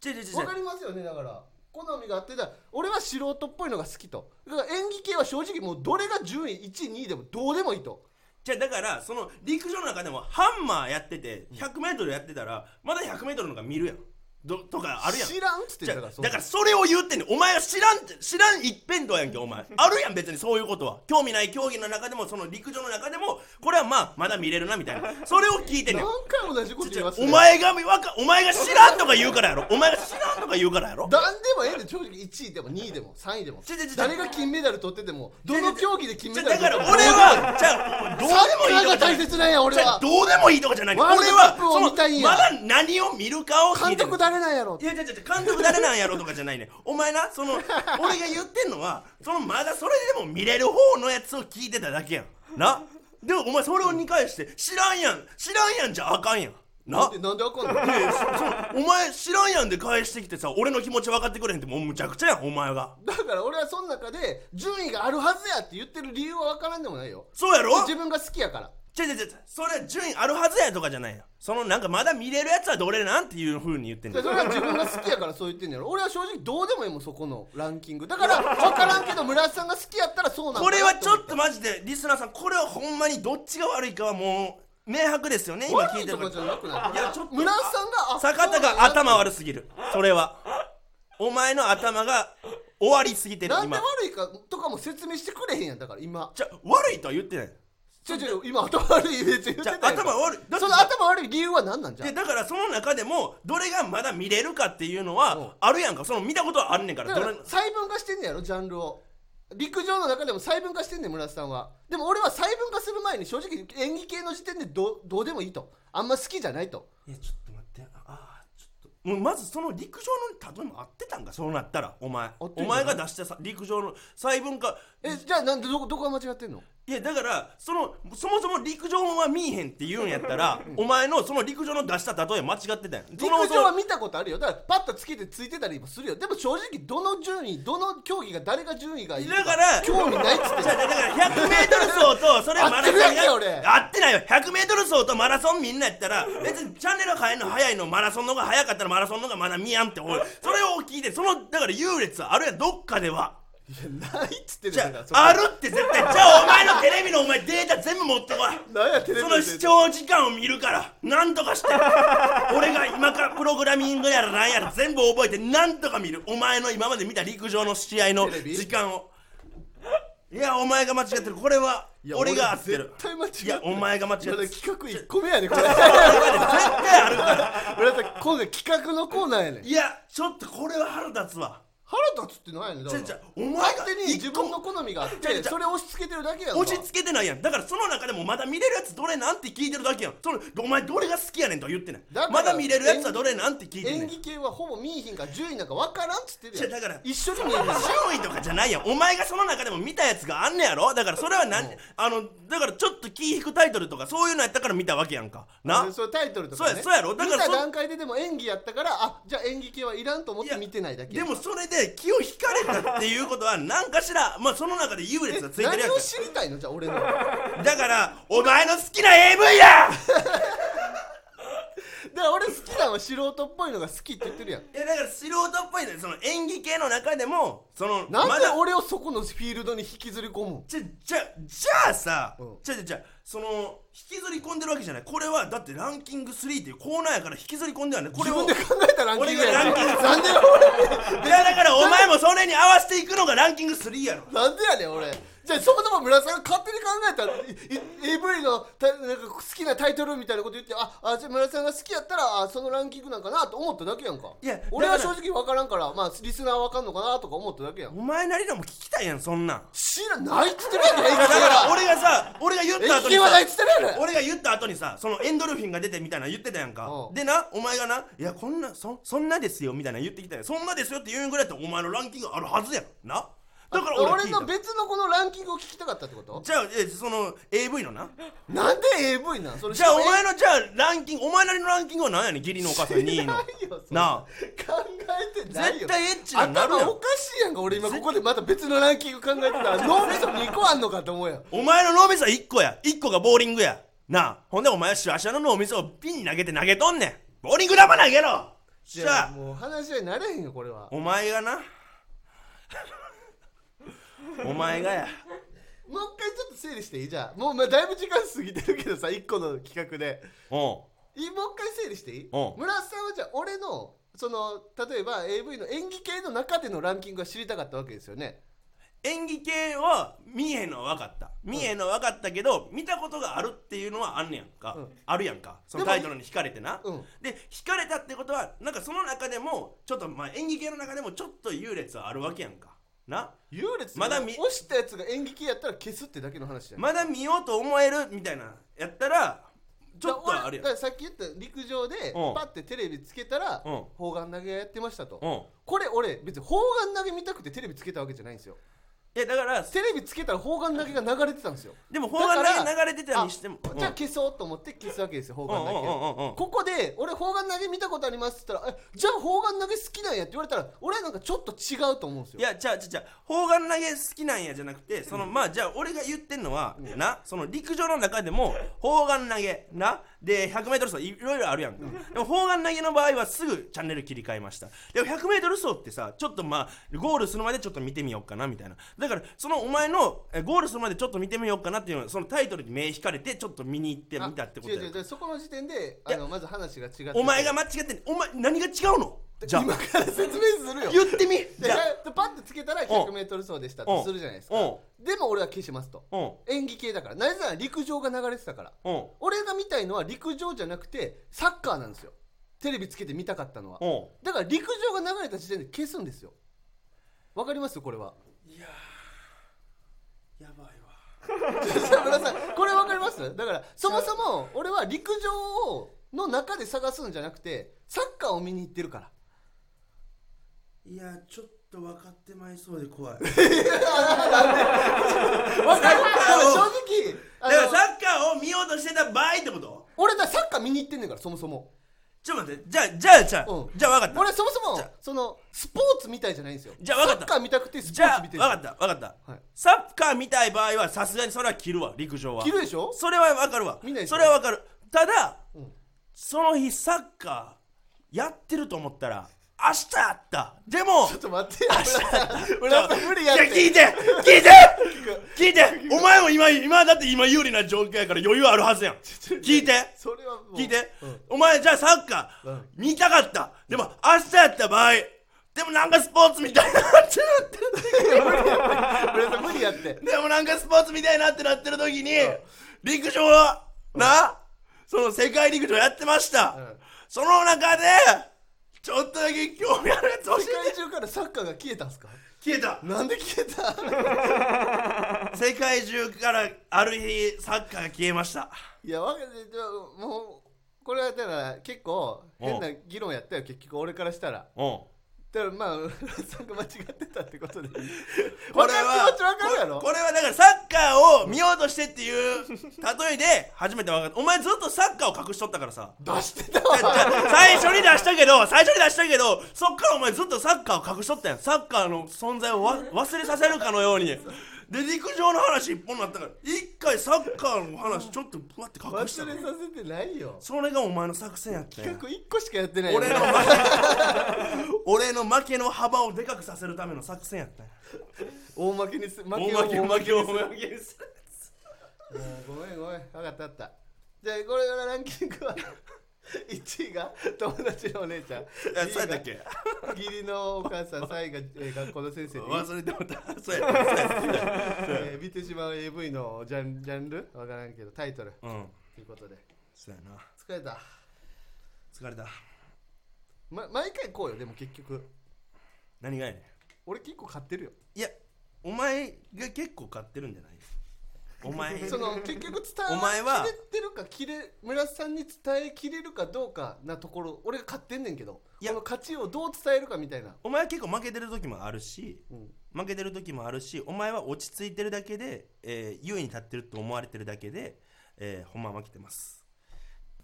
Speaker 1: ちょいちょいちょ
Speaker 2: 分
Speaker 1: い
Speaker 2: かりますよねだから好みがあってだ俺は素人っぽいのが好きとだから演技系は正直もうどれが順位1位2位でもどうでもいいと
Speaker 1: じゃあだからその陸上の中でもハンマーやってて 100m やってたらまだ 100m の方が見るやんどとかあるやん
Speaker 2: 知らんっつって
Speaker 1: じゃ
Speaker 2: だ
Speaker 1: あ
Speaker 2: からそう
Speaker 1: だからそれを言ってんねんお前は知らんって知らん一辺倒やんけお前あるやん別にそういうことは興味ない競技の中でもその陸上の中でもこれはまあまだ見れるなみたいなそれを聞いてんねん
Speaker 2: 何回も同じこと言います
Speaker 1: お
Speaker 2: ね
Speaker 1: 前がわかお前が知らんとか言うからやろお前が知らんとか言うからやろ
Speaker 2: 何でもええで正直1位でも2位でも3位でも
Speaker 1: ちょちょちょ
Speaker 2: 誰が金メダル取っててもどの競技で金
Speaker 1: じ
Speaker 2: メ
Speaker 1: ゃ
Speaker 2: ダル取っ
Speaker 1: だか
Speaker 2: て
Speaker 1: ら
Speaker 2: てもサッカーが大
Speaker 1: 俺はじゃあどうでもいいとかじゃない
Speaker 2: 切なんや俺
Speaker 1: じゃ
Speaker 2: は
Speaker 1: あどうでもいいとかじゃない俺
Speaker 2: ワールド
Speaker 1: は
Speaker 2: カップを見たいんや
Speaker 1: そのまだ何を見るかを聞い
Speaker 2: 監
Speaker 1: てる
Speaker 2: 督誰なんやろ
Speaker 1: いやいやいや監督誰なんやろとかじゃないねお前なその俺が言ってんのはそのまだそれでも見れる方のやつを聞いてただけやんなでもお前それを2回して知らんやん知らんやんじゃあかんやん
Speaker 2: なん
Speaker 1: な
Speaker 2: でなんであかんの
Speaker 1: いやいやそそのお前知らんやんで返してきてさ俺の気持ち分かってくれへんってもうむちゃくちゃやんお前が
Speaker 2: だから俺はその中で順位があるはずやって言ってる理由は分からんでもないよ
Speaker 1: そうやろ
Speaker 2: 自分が好きやから
Speaker 1: ちょちょちょそれ順位あるはずやとかじゃないよそのなんかまだ見れるやつはどれなんていうふうに言ってん
Speaker 2: で
Speaker 1: の
Speaker 2: それは自分が好きやからそう言ってんのやろ俺は正直どうでもいいもんそこのランキングだから分からんけど村田さんが好きやったらそうなんだな
Speaker 1: これはちょっと
Speaker 2: 思
Speaker 1: マジでリスナーさんこれはほんまにどっちが悪いかはもう明白ですよね今
Speaker 2: た悪
Speaker 1: 聞
Speaker 2: い
Speaker 1: いてる
Speaker 2: と
Speaker 1: か
Speaker 2: からじゃなくない
Speaker 1: いやちょっと
Speaker 2: 村田さんがあ
Speaker 1: 坂田が頭悪すぎるそれはお前の頭が終わりすぎてる
Speaker 2: なんで
Speaker 1: 今
Speaker 2: 悪いかとかも説明してくれへんやんだから今
Speaker 1: じゃ悪いとは言ってない
Speaker 2: ちょちょ今頭悪い別に言って
Speaker 1: じ
Speaker 2: た
Speaker 1: ゃ
Speaker 2: やん
Speaker 1: 頭悪いだって
Speaker 2: その頭悪い理由は何なんじゃ
Speaker 1: でだからその中でもどれがまだ見れるかっていうのはあるやんかその見たことはあるねんから
Speaker 2: だか
Speaker 1: ど
Speaker 2: ら
Speaker 1: れ
Speaker 2: 細分化してんねやろジャンルを陸上の中でも細分化してんねん村田さんはでも俺は細分化する前に正直演技系の時点でどうどうでもいいとあんま好きじゃないと
Speaker 1: いやちょっと待ってああーちょっともうまずその陸上の例えも合ってたんかそうなったらお前
Speaker 2: 合って
Speaker 1: お
Speaker 2: んじゃない
Speaker 1: 前が出したさ陸上の細分化
Speaker 2: えじゃあなんでどこどこが間違ってんの
Speaker 1: いやだからそのそもそも陸上は見えへんって言うんやったらお前のその陸上の出した例え間違ってたやん
Speaker 2: 陸上は見たことあるよだからパッとつけてついてたりもするよでも正直どの順位どの競技が誰が順位がいいと
Speaker 1: だから
Speaker 2: 興味ないっつ ってん
Speaker 1: じゃあ
Speaker 2: の
Speaker 1: だから1 0 0ル走とそれマラソン
Speaker 2: 合ってるやんけ俺
Speaker 1: 合ってないよ 100m 走とマラソンみんなやったら別にチャンネル変えるの早いのマラソンの方が早かったらマラソンの方がまだ見やんって俺それを聞いてそのだから優劣あるやんどっかでは。
Speaker 2: いやないっつってん
Speaker 1: じ
Speaker 2: だ
Speaker 1: ゃ
Speaker 2: から そこ
Speaker 1: ああるって絶対じゃあお前のテレビのお前データ全部持ってこい
Speaker 2: なんやテレビ
Speaker 1: そ
Speaker 2: の
Speaker 1: の視聴時間を見るからなんと かして俺が今からプログラミングやらなんやら全部覚えてなんとか見るお前の今まで見た陸上の試合の
Speaker 2: テレビ
Speaker 1: 時間をいやお前が間違ってるこれはい
Speaker 2: や
Speaker 1: 俺が合ってる
Speaker 2: 絶対間違って
Speaker 1: いやお前が間違っ
Speaker 2: い
Speaker 1: て
Speaker 2: や
Speaker 1: る
Speaker 2: だから
Speaker 1: 絶
Speaker 2: 企画一個目や ねこれ
Speaker 1: 対あるから
Speaker 2: 俺だって今回企画のコーナーやねん
Speaker 1: いやちょっとこれは腹立つわ
Speaker 2: 腹立つってないねんだから
Speaker 1: じゃあじゃあお前が
Speaker 2: 勝手に自分の好みがあっ
Speaker 1: じゃあじゃ
Speaker 2: て
Speaker 1: あ
Speaker 2: それ押し付けてるだけやんか
Speaker 1: 押し付けてないやんだからその中でもまだ見れるやつどれなんて聞いてるだけやんそのお前どれが好きやねんとは言ってない
Speaker 2: だから
Speaker 1: まだ見れるやつはどれなんて聞いてんね
Speaker 2: 演
Speaker 1: ん
Speaker 2: 技系はほぼ見いひんから順位なんか分からんっつってるやん
Speaker 1: じゃあだから
Speaker 2: 一緒に見えるやん
Speaker 1: 順位とかじゃないやんお前がその中でも見たやつがあんねやろだからそれはなん、あのだからちょっと気引くタイトルとかそういうのやったから見たわけやんかな
Speaker 2: そういうタイトルとか、ね、
Speaker 1: そうやそうやろだからそ
Speaker 2: 見た段階ででも演技やったからあじゃあ演技系はいらんと思っ
Speaker 1: い
Speaker 2: て
Speaker 1: や
Speaker 2: 見てないだけ
Speaker 1: でもそれで気を引かれたっていうことは何かしら、まあ、その中で優劣がついてるや
Speaker 2: 何を
Speaker 1: つ
Speaker 2: 知りたいのじゃあ俺の
Speaker 1: だからお前の好きな AV や
Speaker 2: だから俺好きなのは素人っぽいのが好きって言ってるやん
Speaker 1: いやだから素人っぽいねその演技系の中でもその
Speaker 2: なん
Speaker 1: ま
Speaker 2: で
Speaker 1: だ
Speaker 2: 俺をそこのフィールドに引きずり込むん
Speaker 1: じゃじゃじゃあさ、
Speaker 2: うん
Speaker 1: じゃじゃじゃその引きずり込んでるわけじゃないこれはだってランキング3っていうコーナーやから引きずり込んではないこれ
Speaker 2: 自分
Speaker 1: を
Speaker 2: で考えたランキングや
Speaker 1: 俺がランキング
Speaker 2: なんで
Speaker 1: いやだからお前もそれに合わせていくのがランキング3やろ
Speaker 2: 俺なんでやねん俺じゃあそもそも村さんが勝手に考えたらいい AV のたなんか好きなタイトルみたいなこと言ってああじゃあ村さんが好きやったらあそのランキングなんかなと思っただけやんか
Speaker 1: いや
Speaker 2: 俺は
Speaker 1: だか
Speaker 2: 正
Speaker 1: ら
Speaker 2: 直分からんからまあリスナー分かんのかなとか思っただけやん
Speaker 1: お前なりのも聞きたいやんそんなん
Speaker 2: 知らないっつってるやんけ演
Speaker 1: だ
Speaker 2: 技系
Speaker 1: から
Speaker 2: は
Speaker 1: 俺がさ俺が言った
Speaker 2: 演
Speaker 1: 後
Speaker 2: 技
Speaker 1: に
Speaker 2: 系はないっつっ
Speaker 1: さ
Speaker 2: てるやん
Speaker 1: 俺が言った後にさそのエンドルフィンが出てみたいなの言ってたやんか
Speaker 2: うん
Speaker 1: でなお前がないやこんなそそんなですよみたいなの言ってきたやんそんなですよって言うんぐらいだったらお前のランキングあるはずやんなだから俺聞
Speaker 2: 俺
Speaker 1: いた
Speaker 2: の別のこのランキングを聞きたかったってこと
Speaker 1: じゃあえその AV のな
Speaker 2: なんで AV なんそれ
Speaker 1: じゃあお前のじゃあランキングお前なりのランキングは何やねん義理のお母さん2位の
Speaker 2: ないよそん
Speaker 1: なあ
Speaker 2: 考えてないよ
Speaker 1: 絶対エッチなんなるやん
Speaker 2: 頭おかしいやんか俺今ここでまた別のランキング考えてたら脳みそ2個あんのかと思うやん
Speaker 1: お前の脳みそは1個や1個がボーリングやなあほんでお前はシュワシュワの脳みそをピンに投げて投げとんねんボーリング玉投げろじ
Speaker 2: じゃあ
Speaker 1: ゃあ
Speaker 2: もう話し合いになれへんよこれは
Speaker 1: お前がなお前がや
Speaker 2: もう一回ちょっと整理していいじゃあもうまあだいぶ時間過ぎてるけどさ1個の企画で
Speaker 1: お
Speaker 2: いいもう一回整理していい
Speaker 1: うん
Speaker 2: 村瀬さんはじゃあ俺のその例えば AV の演技系の中でのランキングが知りたかったわけですよね
Speaker 1: う演技系は見えへんのは分かった見えへんのは分かったけど、見たことがあるっていうのはあんねやんか、
Speaker 2: うん
Speaker 1: あるやんかその
Speaker 2: でも
Speaker 1: タイトルに惹かれてな、
Speaker 2: うん
Speaker 1: で惹かれたってことはなんかその中でもちょっとまあ演技系の中でもちょっと優劣はあるわけやんかな
Speaker 2: 優劣
Speaker 1: まだ
Speaker 2: 押
Speaker 1: み
Speaker 2: したやつが演技系やったら消すってだけの話じゃん
Speaker 1: まだ見ようと思えるみたいなやったらちょっとあるやん
Speaker 2: だから俺だからさっき言った陸上で
Speaker 1: うん
Speaker 2: パッてテレビつけたら
Speaker 1: うん
Speaker 2: 砲丸投げやってましたと
Speaker 1: うん
Speaker 2: これ俺別に砲丸投げ見たくてテレビつけたわけじゃないんですよ
Speaker 1: いやだから
Speaker 2: テレビつけたら砲丸投げが流れてたんですよ
Speaker 1: でも砲丸
Speaker 2: だか
Speaker 1: 投
Speaker 2: ら
Speaker 1: げ流れてたにしても
Speaker 2: あじゃあ消そうと思って消すわけですよ砲
Speaker 1: うん
Speaker 2: 丸
Speaker 1: うん
Speaker 2: 投
Speaker 1: うん
Speaker 2: げを
Speaker 1: うんうん
Speaker 2: ここで俺砲丸投げ見たことありますって言ったらえじゃあ砲丸投げ好きなんやって言われたら俺はなんかちょっと違うと思うんですよ
Speaker 1: いやじゃあじゃあじゃあ砲丸投げ好きなんやじゃなくてその、まあじゃあ俺が言ってんのは、なその陸上の中でも砲丸投げなで 100m 走いろいろあるやんか、でも砲丸投げの場合はすぐチャンネル切り替えましたでも 100m 走ってさちょっとまあゴールするまでちょっと見てみようかなみたいなだからそのお前のえゴールするまでちょっと見てみようかなっていうのはそのタイトルに目引かれてちょっと見に行ってみたってこと
Speaker 2: あ違
Speaker 1: や
Speaker 2: う違う違うそこの時点であのまず話が違って
Speaker 1: お前が間違ってんお前何が違うのじゃあ
Speaker 2: 今から説明するよ
Speaker 1: 言ってみ
Speaker 2: で
Speaker 1: じゃ あ
Speaker 2: パッてつけたら 100m 走でしたってするじゃないですか
Speaker 1: うん
Speaker 2: でも俺は消しますと
Speaker 1: うん
Speaker 2: 演技系だからなぜなら陸上が流れてたから
Speaker 1: うん
Speaker 2: 俺が見たいのは陸上じゃなくてサッカーなんですよテレビつけて見たかったのは
Speaker 1: うん
Speaker 2: だから陸上が流れた時点で消すんですよわかりますこれは
Speaker 1: やばいわ
Speaker 2: 田村さんこれわかりますだからそもそも俺は陸上をの中で探すんじゃなくてサッカーを見に行ってるから
Speaker 1: いやちょっと分かってまいそうで怖 い
Speaker 2: わ かる
Speaker 1: あの
Speaker 2: 正直
Speaker 1: だ
Speaker 2: あ
Speaker 1: から
Speaker 2: の
Speaker 1: サッカーを見ようとしてた場合ってこと
Speaker 2: 俺だサッカー見に行ってんねんからそもそも
Speaker 1: ちょっと待ってじゃあじゃあじゃあ、
Speaker 2: うん
Speaker 1: じゃあ分かっ
Speaker 2: 俺そもそ
Speaker 1: じ
Speaker 2: も
Speaker 1: ゃ
Speaker 2: そのスポーツみたいじゃないんですよ
Speaker 1: じゃあわかった
Speaker 2: サッカー見たくて
Speaker 1: た
Speaker 2: ス
Speaker 1: じ
Speaker 2: ポー
Speaker 1: ゃ
Speaker 2: ツ
Speaker 1: あ
Speaker 2: 見て
Speaker 1: 分
Speaker 2: るん
Speaker 1: か
Speaker 2: です
Speaker 1: った分かった、
Speaker 2: はい
Speaker 1: サッカー見たい場合はさすがにそれは切るわ陸上は
Speaker 2: よ着るでしょ
Speaker 1: それは分かるわ
Speaker 2: 見ないでしょ
Speaker 1: それは分かるただ、
Speaker 2: ん
Speaker 1: その日サッカーやってると思ったら明日あったでも
Speaker 2: ちょっと待ってよ 俺は無理やっ
Speaker 1: いや聞
Speaker 2: て
Speaker 1: いて聞いて聞いてお前も今今だって今有利な状況やから余裕あるはず やん聞いて
Speaker 2: それはもう
Speaker 1: 聞いて
Speaker 2: うん
Speaker 1: お前じゃあサッカ
Speaker 2: う
Speaker 1: ー
Speaker 2: ん
Speaker 1: 見たかったでも明日やった場合でもなんかスポーツみたいになってなって
Speaker 2: 俺は無理やって
Speaker 1: でもなんかスポーツみたいになってなってる時に陸上はなその世界陸上やってました
Speaker 2: うん
Speaker 1: その中でちょっとだけ興味あるやつ教え
Speaker 2: 世界
Speaker 1: て
Speaker 2: 中からサッカーが消えたんすか
Speaker 1: 消えた
Speaker 2: なんで消えた
Speaker 1: 世界中からある日サッカーが消えました
Speaker 2: いやわけでもうこれはだから結構変な議論やったよ結局俺からしたら
Speaker 1: うん
Speaker 2: だからまあ 浦田さんが間違ってたってことで
Speaker 1: こ
Speaker 2: これ
Speaker 1: れは
Speaker 2: は気持ちわかるやろ
Speaker 1: ここれはだからサッカーを見ようとしてっていう例えで初めて分かったお前ずっとサッカーを隠しとったか らさ
Speaker 2: 出してたわ
Speaker 1: じゃ最初に出したけど最初に出したけどそっからお前ずっとサッカーを隠しとったやんサッカーの存在をわ忘れさせるかのようにで陸上の話一本になったから一回サッカーの話ちょっと待って隠し
Speaker 2: 忘
Speaker 1: たの
Speaker 2: れさせてないよ
Speaker 1: それがお前の作戦やったんや
Speaker 2: 企画一個しかやってないよ
Speaker 1: 俺の負け 俺の負けの幅をでかくさせるための作戦やったんや
Speaker 2: 大負けにす負け
Speaker 1: お負け
Speaker 2: を
Speaker 1: お負けお負けです
Speaker 2: もうごめんごめん分かった分かったじゃあこれからランキングは 1位が友達のお 姉ちゃん
Speaker 1: あそうやったっけ
Speaker 2: 義理のお母さん3位が、 えー学校の先生で、
Speaker 1: 忘れて もたそうやそうや
Speaker 2: えー見てしまう AV のジャンジャンル分からんけどタイトル
Speaker 1: うん
Speaker 2: ということで
Speaker 1: そうやな
Speaker 2: 疲れた、
Speaker 1: 疲れた
Speaker 2: ま、毎回こうよでも結局
Speaker 1: 何がやね
Speaker 2: 俺結構買ってるよ
Speaker 1: んいやお前が結構買ってるんじゃないお 前
Speaker 2: その結局伝
Speaker 1: お前は
Speaker 2: えきれてるか切れ村瀬さんに伝えきれるかどうかなところ俺が勝ってんねんけど
Speaker 1: いや
Speaker 2: この勝ちをどう伝えるかみたいな、
Speaker 1: お前は結構負けてる時もあるし
Speaker 2: うん
Speaker 1: 負けてる時もあるしお前は落ち着いてるだけで、えー優位に立ってると思われてるだけで、えー、ほんまは負けてます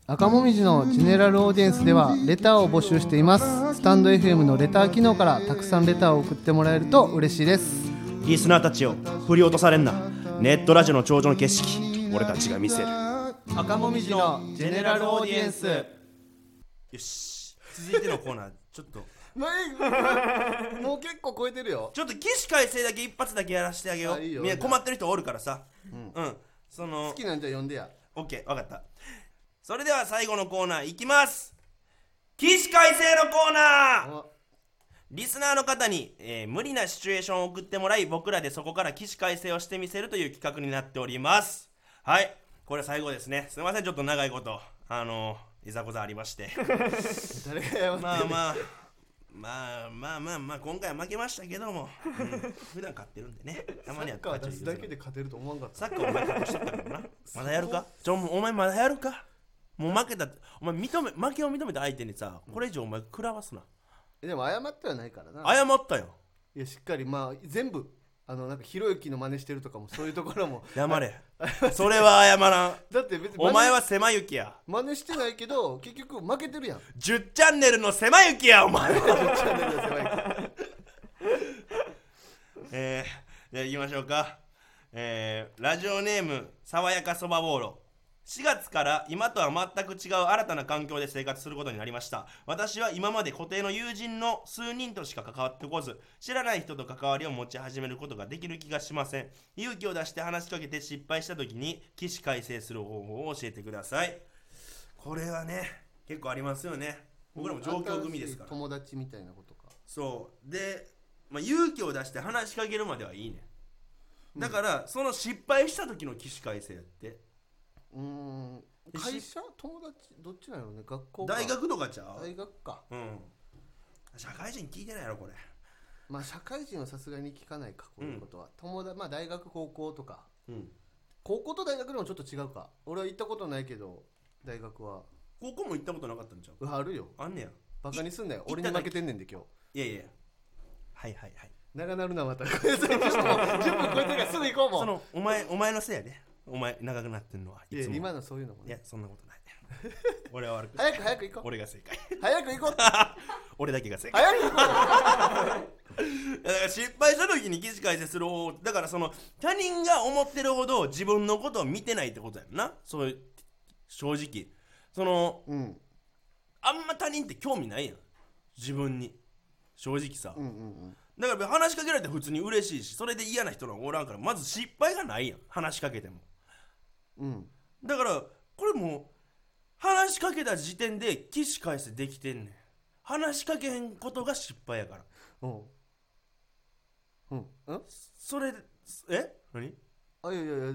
Speaker 2: 赤もみじのジェネラルオーディエンスではレターを募集していますスタンド FM のレター機能からたくさんレターを送ってもらえると嬉しいです
Speaker 1: リスナーたちを振り落とされんなネットラジオの頂上の景色俺たちが見せる
Speaker 2: 赤もみじのジェネラルオーディエンス
Speaker 1: よし続いてのコーナーちょっと
Speaker 2: もう結構超えてるよ
Speaker 1: ちょっと起死回生だけ一発だけやらせてあげよ
Speaker 2: あ
Speaker 1: う
Speaker 2: いいよ
Speaker 1: みんな困ってる人おるからさうん、その
Speaker 2: 好きなんじゃ呼んでや
Speaker 1: オッケーわかったそれでは最後のコーナーいきます起死回生のコーナー
Speaker 2: あ
Speaker 1: リスナーの方に、えー無理なシチュエーションを送ってもらい僕らでそこから起死回生をしてみせるという企画になっておりますはいこれ最後ですねすいませんちょっと長いことあのいざこざありまして
Speaker 2: 誰が謝ってんねん
Speaker 1: まあまあまあまあまあまあ今回は負けましたけども、うん普段勝ってるんでねたまに
Speaker 2: サ
Speaker 1: は
Speaker 2: ッカー
Speaker 1: 勝
Speaker 2: 出す
Speaker 1: ちを許
Speaker 2: だ
Speaker 1: せば
Speaker 2: けで勝てると思わんかった
Speaker 1: サッカーお前隠しとったからな。まだやるかちょ、お前まだやるかもう負けたって、お前認め、負けを認めた相手にさ、これ以上お前食らわすな。
Speaker 2: でも謝ってはないからな
Speaker 1: 謝ったよ。
Speaker 2: いやしっかりまあ全部あのなんかひろゆきの真似してるとかもそういうところも
Speaker 1: 謝れ。それは謝らん。
Speaker 2: だって別に真似
Speaker 1: お前は狭ゆきや。
Speaker 2: 真似してないけど結局負けて るやん
Speaker 1: 10チャンネルの狭ゆきや、お前は。
Speaker 2: チャンネルが狭いから
Speaker 1: えー、じゃあ行きましょうか。えー、ラジオネーム、爽やかそばボーロ。4月から今とは全く違う新たな環境で生活することになりました。私は今まで固定の友人の数人としか関わってこず、知らない人と関わりを持ち始めることができる気がしません。勇気を出して話しかけて失敗した時に、起死回生する方法を教えてください。これはね、結構ありますよね。僕らも上京組ですから。
Speaker 2: 友達みたいなことか
Speaker 1: そうで、まあ、勇気を出して話しかけるまではいいねんだから、その失敗した時の起死回生やって
Speaker 2: うーん
Speaker 1: え
Speaker 2: 会社友達どっちなのね学校か
Speaker 1: 大学とかちゃう
Speaker 2: 大学か
Speaker 1: うん社会人聞いてないやろこれ
Speaker 2: まあ社会人はさすがに聞かないかこういうことは、友達まあ大学高校とか
Speaker 1: うん
Speaker 2: 高校と大学でもちょっと違うか俺は行ったことないけど大学は
Speaker 1: 高校も行ったことなかったんちゃう
Speaker 2: うわあるよ
Speaker 1: あんねや
Speaker 2: バカにすんなよ
Speaker 1: い
Speaker 2: 俺に負けてんねんで今日
Speaker 1: いやいやはいはいはい
Speaker 2: 長なるなまた ちょっともう10分超えてるからすぐ行こうもん
Speaker 1: そのお前お前のせいやでお前長くなってんのはい
Speaker 2: いや
Speaker 1: つも
Speaker 2: 今のそういうのも
Speaker 1: い
Speaker 2: ね
Speaker 1: やそんなことない俺は悪 くない
Speaker 2: 早く早く行こう
Speaker 1: 俺が正解
Speaker 2: 早く行こう
Speaker 1: 俺だけが正解
Speaker 2: 早く行こ
Speaker 1: だから失敗した時に記事解説する方法だからその他人が思ってるほど自分のことを見てないってことやんなそういう正直その
Speaker 2: う、うん、
Speaker 1: あんま他人って興味ないやん自分に正直さ、
Speaker 2: うんうん
Speaker 1: だから話しかけられて普通に嬉しいしそれで嫌な人なんかおらんからまず失敗がないやん話しかけても
Speaker 2: うんうん
Speaker 1: だからこれもう話しかけた時点で起死回生できてんねん話しかけへんことが失敗やから
Speaker 2: おううんうん
Speaker 1: それえ何
Speaker 2: あいやいやいや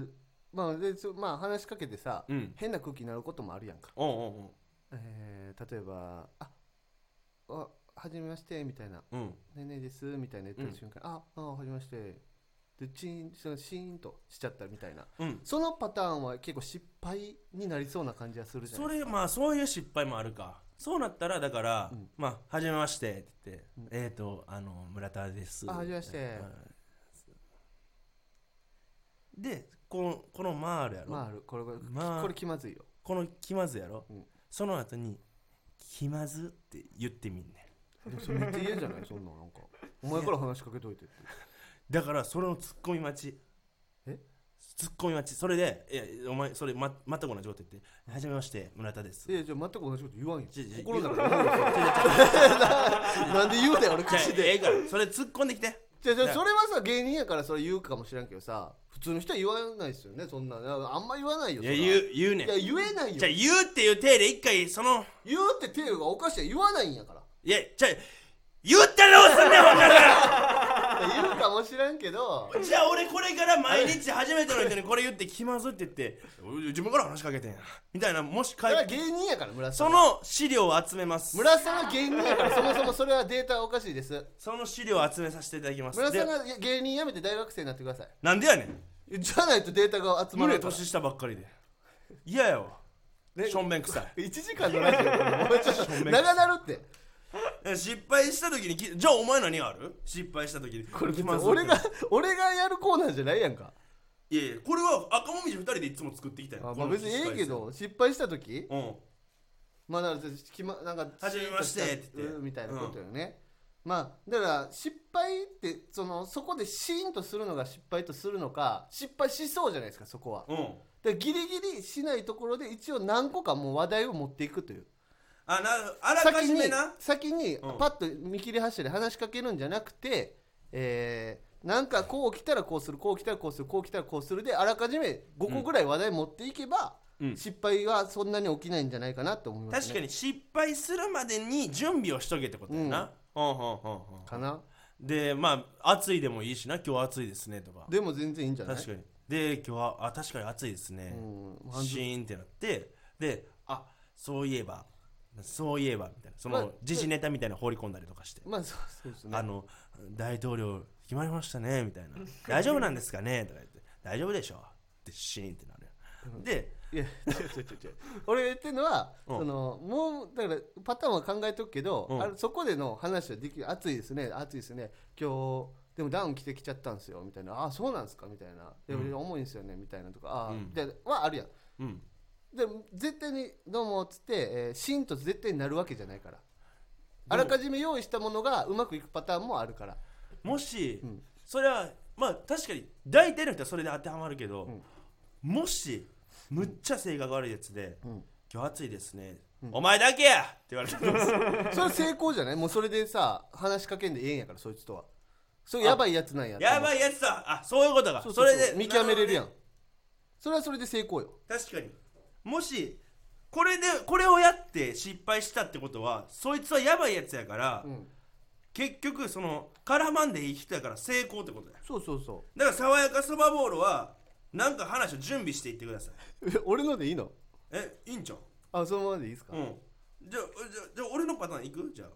Speaker 2: まあでそまあ話しかけてさ、
Speaker 1: うん
Speaker 2: 変な空気になることもあるやんか、
Speaker 1: おうんうん
Speaker 2: えー、例えば「ああはじめまして」みたいな
Speaker 1: うんう
Speaker 2: 「
Speaker 1: ん
Speaker 2: ねえねえです」みたいな言った瞬間「ああはじめまして」でチーンそのシーンとしちゃったみたいな
Speaker 1: うん
Speaker 2: そのパターンは結構失敗になりそうな感じがするじゃ
Speaker 1: そ
Speaker 2: ない
Speaker 1: れまあそういう失敗もあるかそうなったらだから、
Speaker 2: うん
Speaker 1: まあ「はじめまして」って言って「えっ、ー、とあの村田です」
Speaker 2: あはじめまして
Speaker 1: はいでこのこのマールやろ、
Speaker 2: まああるこれこれ,、
Speaker 1: まあ
Speaker 2: これ気まずいよ
Speaker 1: この気まずやろ、
Speaker 2: うん
Speaker 1: その後に「気まず」って言ってみんねん
Speaker 2: でもそれめっちゃ嫌じゃないそんなんなんかお前から話しかけといてって
Speaker 1: だからそれのツッコミ待ち
Speaker 2: え
Speaker 1: ツッコミ待ちそれで「いやお前それま全く同じこと言って「はじめまして村田です」
Speaker 2: いやじゃあ全く同じこと言わんよ
Speaker 1: ちょちょ
Speaker 2: 心の中で言 わんよなんで言うだよ俺
Speaker 1: じゃあ
Speaker 2: 口
Speaker 1: え
Speaker 2: で
Speaker 1: えからそれ突っ込んできて
Speaker 2: じゃあじゃあそれはさ芸人やからそれ言うかもしれんけどさ普通の人は言わないですよねそんなあんま言わないよ
Speaker 1: いや
Speaker 2: そら
Speaker 1: 言う言うねん
Speaker 2: いや言えない
Speaker 1: じゃあ
Speaker 2: よ
Speaker 1: 言うっていう体で一回その
Speaker 2: 言うって手がおかしい言わないんやから
Speaker 1: いやじゃあ言ったらどうすんねんほんなら
Speaker 2: いや言うかもしれんけ ど
Speaker 1: じゃあ俺これから毎日初めての人にこれ言って気まずいって言って俺自分から話しかけてんやみたいなもし
Speaker 2: そ
Speaker 1: か
Speaker 2: れは芸人やから村瀬さ
Speaker 1: そ
Speaker 2: ん
Speaker 1: の資料を集めます
Speaker 2: 村瀬さんは芸人やからそもそもそれはデータがおかしいです
Speaker 1: その資料を集めさせていただきます
Speaker 2: 村瀬さん
Speaker 1: で
Speaker 2: が芸人辞めて大学生になってくださ
Speaker 1: なんでやねん
Speaker 2: いじゃないとデータが集ま
Speaker 1: 無
Speaker 2: らな
Speaker 1: 理
Speaker 2: いから
Speaker 1: 年下ばっかりで嫌やわ
Speaker 2: ね
Speaker 1: しょんべん臭い
Speaker 2: 1時間のラジオこれもうちょっと
Speaker 1: めん
Speaker 2: 長なるって
Speaker 1: え失敗した時にきじゃあお前何ある失敗した時にこ
Speaker 2: これ別に
Speaker 1: い
Speaker 2: 俺が俺がやるコーナーじゃないやんか
Speaker 1: いやいやこれは赤もみじ2人でいつも作ってきたよ
Speaker 2: あまあ別にええけど失敗した時
Speaker 1: うん
Speaker 2: まあだからきまなんか
Speaker 1: 初めましてって言って
Speaker 2: うんみたいなことよね、まあだから失敗ってそのそこでシーンとするのが失敗とするのか失敗しそうじゃないですかそこは
Speaker 1: うん
Speaker 2: でギリギリしないところで一応何個かもう話題を持っていくという
Speaker 1: あなあらかじめな
Speaker 2: 先に
Speaker 1: うん
Speaker 2: パッと見切り発車で話しかけるんじゃなくて、えーなんかこう来たらこうするこう来たらこうするこう来たらこうするであらかじめ5個ぐらい話題持っていけば、
Speaker 1: うん
Speaker 2: 失敗はそんなに起きないんじゃないかなと思います、ね、
Speaker 1: 確かに失敗するまでに準備をしとけってことやな、うん、うんうんうん
Speaker 2: かな
Speaker 1: でまあ暑いでもいいしな今日暑いですねとか
Speaker 2: でも全然いいんじゃない
Speaker 1: 確かにで今日はあ確かに暑いですね、
Speaker 2: うん
Speaker 1: シーンってなってであそういえばそういえばみたいなそ
Speaker 2: まあ
Speaker 1: の時事ネタみたいなの放り込んだりとかして、
Speaker 2: まあそうそうですね
Speaker 1: あの大統領決まりましたねみたいな大丈夫なんですかねとか言って大丈夫でしょってシーンってなるよで
Speaker 2: いや違う違う違う俺が言ってるのは、
Speaker 1: うん
Speaker 2: そのもうだからパターンは考えとくけど、
Speaker 1: うん
Speaker 2: あのそこでの話はできる暑いですね暑いですね今日でもダウン着てきちゃったんですよみたいなあそうなんですかみたいなで
Speaker 1: うん
Speaker 2: 俺重いんですよねみたいなとかあ、
Speaker 1: うん
Speaker 2: ではあるやん
Speaker 1: うん
Speaker 2: でも絶対にどうもっつって、えーシーンと絶対になるわけじゃないからあらかじめ用意したものがうまくいくパターンもあるから
Speaker 1: もし、
Speaker 2: ん
Speaker 1: それはまあ確かに大体の人はそれで当てはまるけど、
Speaker 2: ん
Speaker 1: もしむっちゃ性格悪いやつで「
Speaker 2: ん
Speaker 1: 今日暑いですね、お前だけや!」って言われたん です
Speaker 2: それ成功じゃないもうそれでさ話しかけんでええんやからそいつとはそれやばいやつなんやって思う
Speaker 1: やばいやつだあそういうことか
Speaker 2: そ
Speaker 1: そう
Speaker 2: そうそう
Speaker 1: れで
Speaker 2: 見極めれるや
Speaker 1: なん
Speaker 2: それはそれで成功よ
Speaker 1: るほどね確かにもしこれでこれをやって失敗したってことはそいつはやばいやつやから、
Speaker 2: うん
Speaker 1: 結局その絡まんでいい人やから成功ってことだよ
Speaker 2: そうそうそ
Speaker 1: だから爽やかそばボールはなんか話を準備していってくださいう
Speaker 2: 俺のでいいの
Speaker 1: えいいんちゃう
Speaker 2: あそのままでいいですか、
Speaker 1: うんじゃあじゃあじゃあ俺のパターンいくじゃあ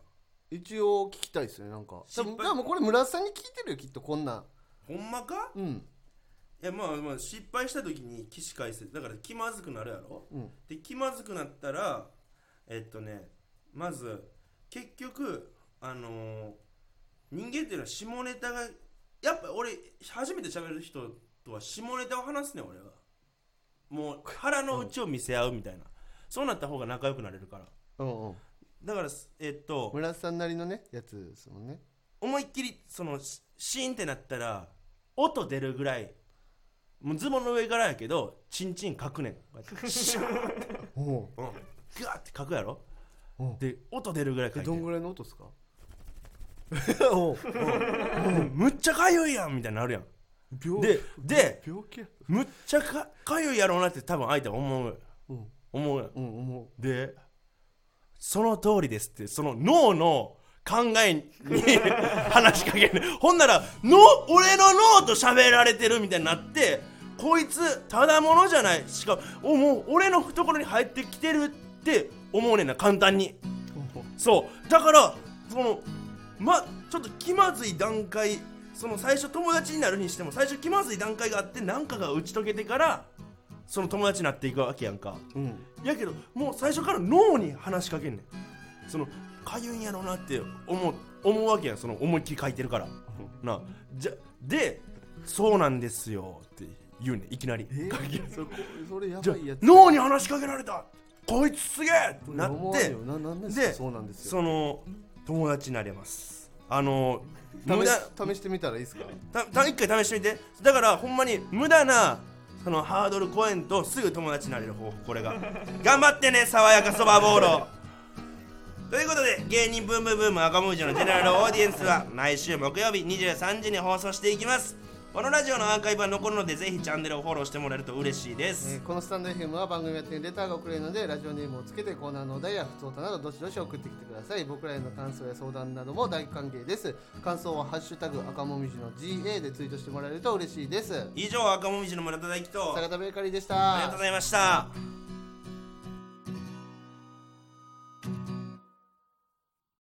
Speaker 2: 一応聞きたいですねなんか多
Speaker 1: 失敗
Speaker 2: 分多分これ村田さんに聞いてるよきっとこんなん
Speaker 1: ほんまか
Speaker 2: うん
Speaker 1: いやまあまあ失敗した時に起死回生だから気まずくなるやろ、
Speaker 2: うん
Speaker 1: で気まずくなったらえっとねまず結局あのー人間っていうのは下ネタがやっぱ俺初めて喋る人とは下ネタを話すねん俺はもう腹の内を見せ合うみたいな、そうなった方が仲良くなれるから
Speaker 2: うんうん
Speaker 1: だからえっと
Speaker 2: 村田さんなりのねやつですもんね
Speaker 1: 思いっきりそのシシーンってなったら音出るぐらいもうズボンの上からやけどチンチン書くねんこうやってシュッ
Speaker 2: おお
Speaker 1: うんガーって書くやろ
Speaker 2: うん
Speaker 1: で音出るぐらい書いて
Speaker 2: どん
Speaker 1: る
Speaker 2: ぐらいの音ですかおう
Speaker 1: むっちゃかゆいやんみたいになるやん
Speaker 2: 病
Speaker 1: でで
Speaker 2: 病気や
Speaker 1: むっちゃかかゆいやろうなって多分相手は思う
Speaker 2: うん
Speaker 1: 思うやん
Speaker 2: うん思
Speaker 1: でその通りですってその脳の考えに話しかけるほんならの俺の脳と喋られてるみたいになってこいつただものじゃないしかもおもう俺の懐に入ってきてるって思うねんな簡単に
Speaker 2: う
Speaker 1: そうだからそのまちょっと気まずい段階その最初友達になるにしても最初気まずい段階があって何かが打ち解けてからその友達になっていくわけやんか
Speaker 2: うん
Speaker 1: やけどもう最初から脳に話しかけんねんそのかゆいんやろなって思う思うわけやんその思いっきり書いてるからなじゃでそうなんですよって言うねんいきなり、
Speaker 2: えそこそれや
Speaker 1: じゃ
Speaker 2: ばいやつ
Speaker 1: 脳に話しかけられたこいつすげえってなっ
Speaker 2: 思わん
Speaker 1: て
Speaker 2: よななんです
Speaker 1: で
Speaker 2: かそうなんですよ
Speaker 1: その友達になれますあの無
Speaker 2: 試
Speaker 1: 駄
Speaker 2: し試してみたらいいですか
Speaker 1: たた一回試してみてだからほんまに無駄なそのハードル超えんとすぐ友達になれる方法これが頑張ってね爽やかそばボーロということで芸人ブームブーム赤ムージョのジェネラルオーディエンスは毎週木曜日23時に放送していきますこのラジオのアーカイブは残るのでぜひチャンネルをフォローしてもらえると嬉しいです、
Speaker 2: えーこのスタンド FM は番組宛てにレターが送れるのでラジオネームをつけてコーナーのお題や普通歌などどしどし送ってきてください僕らへの感想や相談なども大歓迎です感想は「ハッシュタグ赤もみじの GA」でツイートしてもらえると嬉しいです
Speaker 1: 以上赤もみじの村田大樹と
Speaker 2: 坂田ベーカリーでし
Speaker 1: ありがとうございました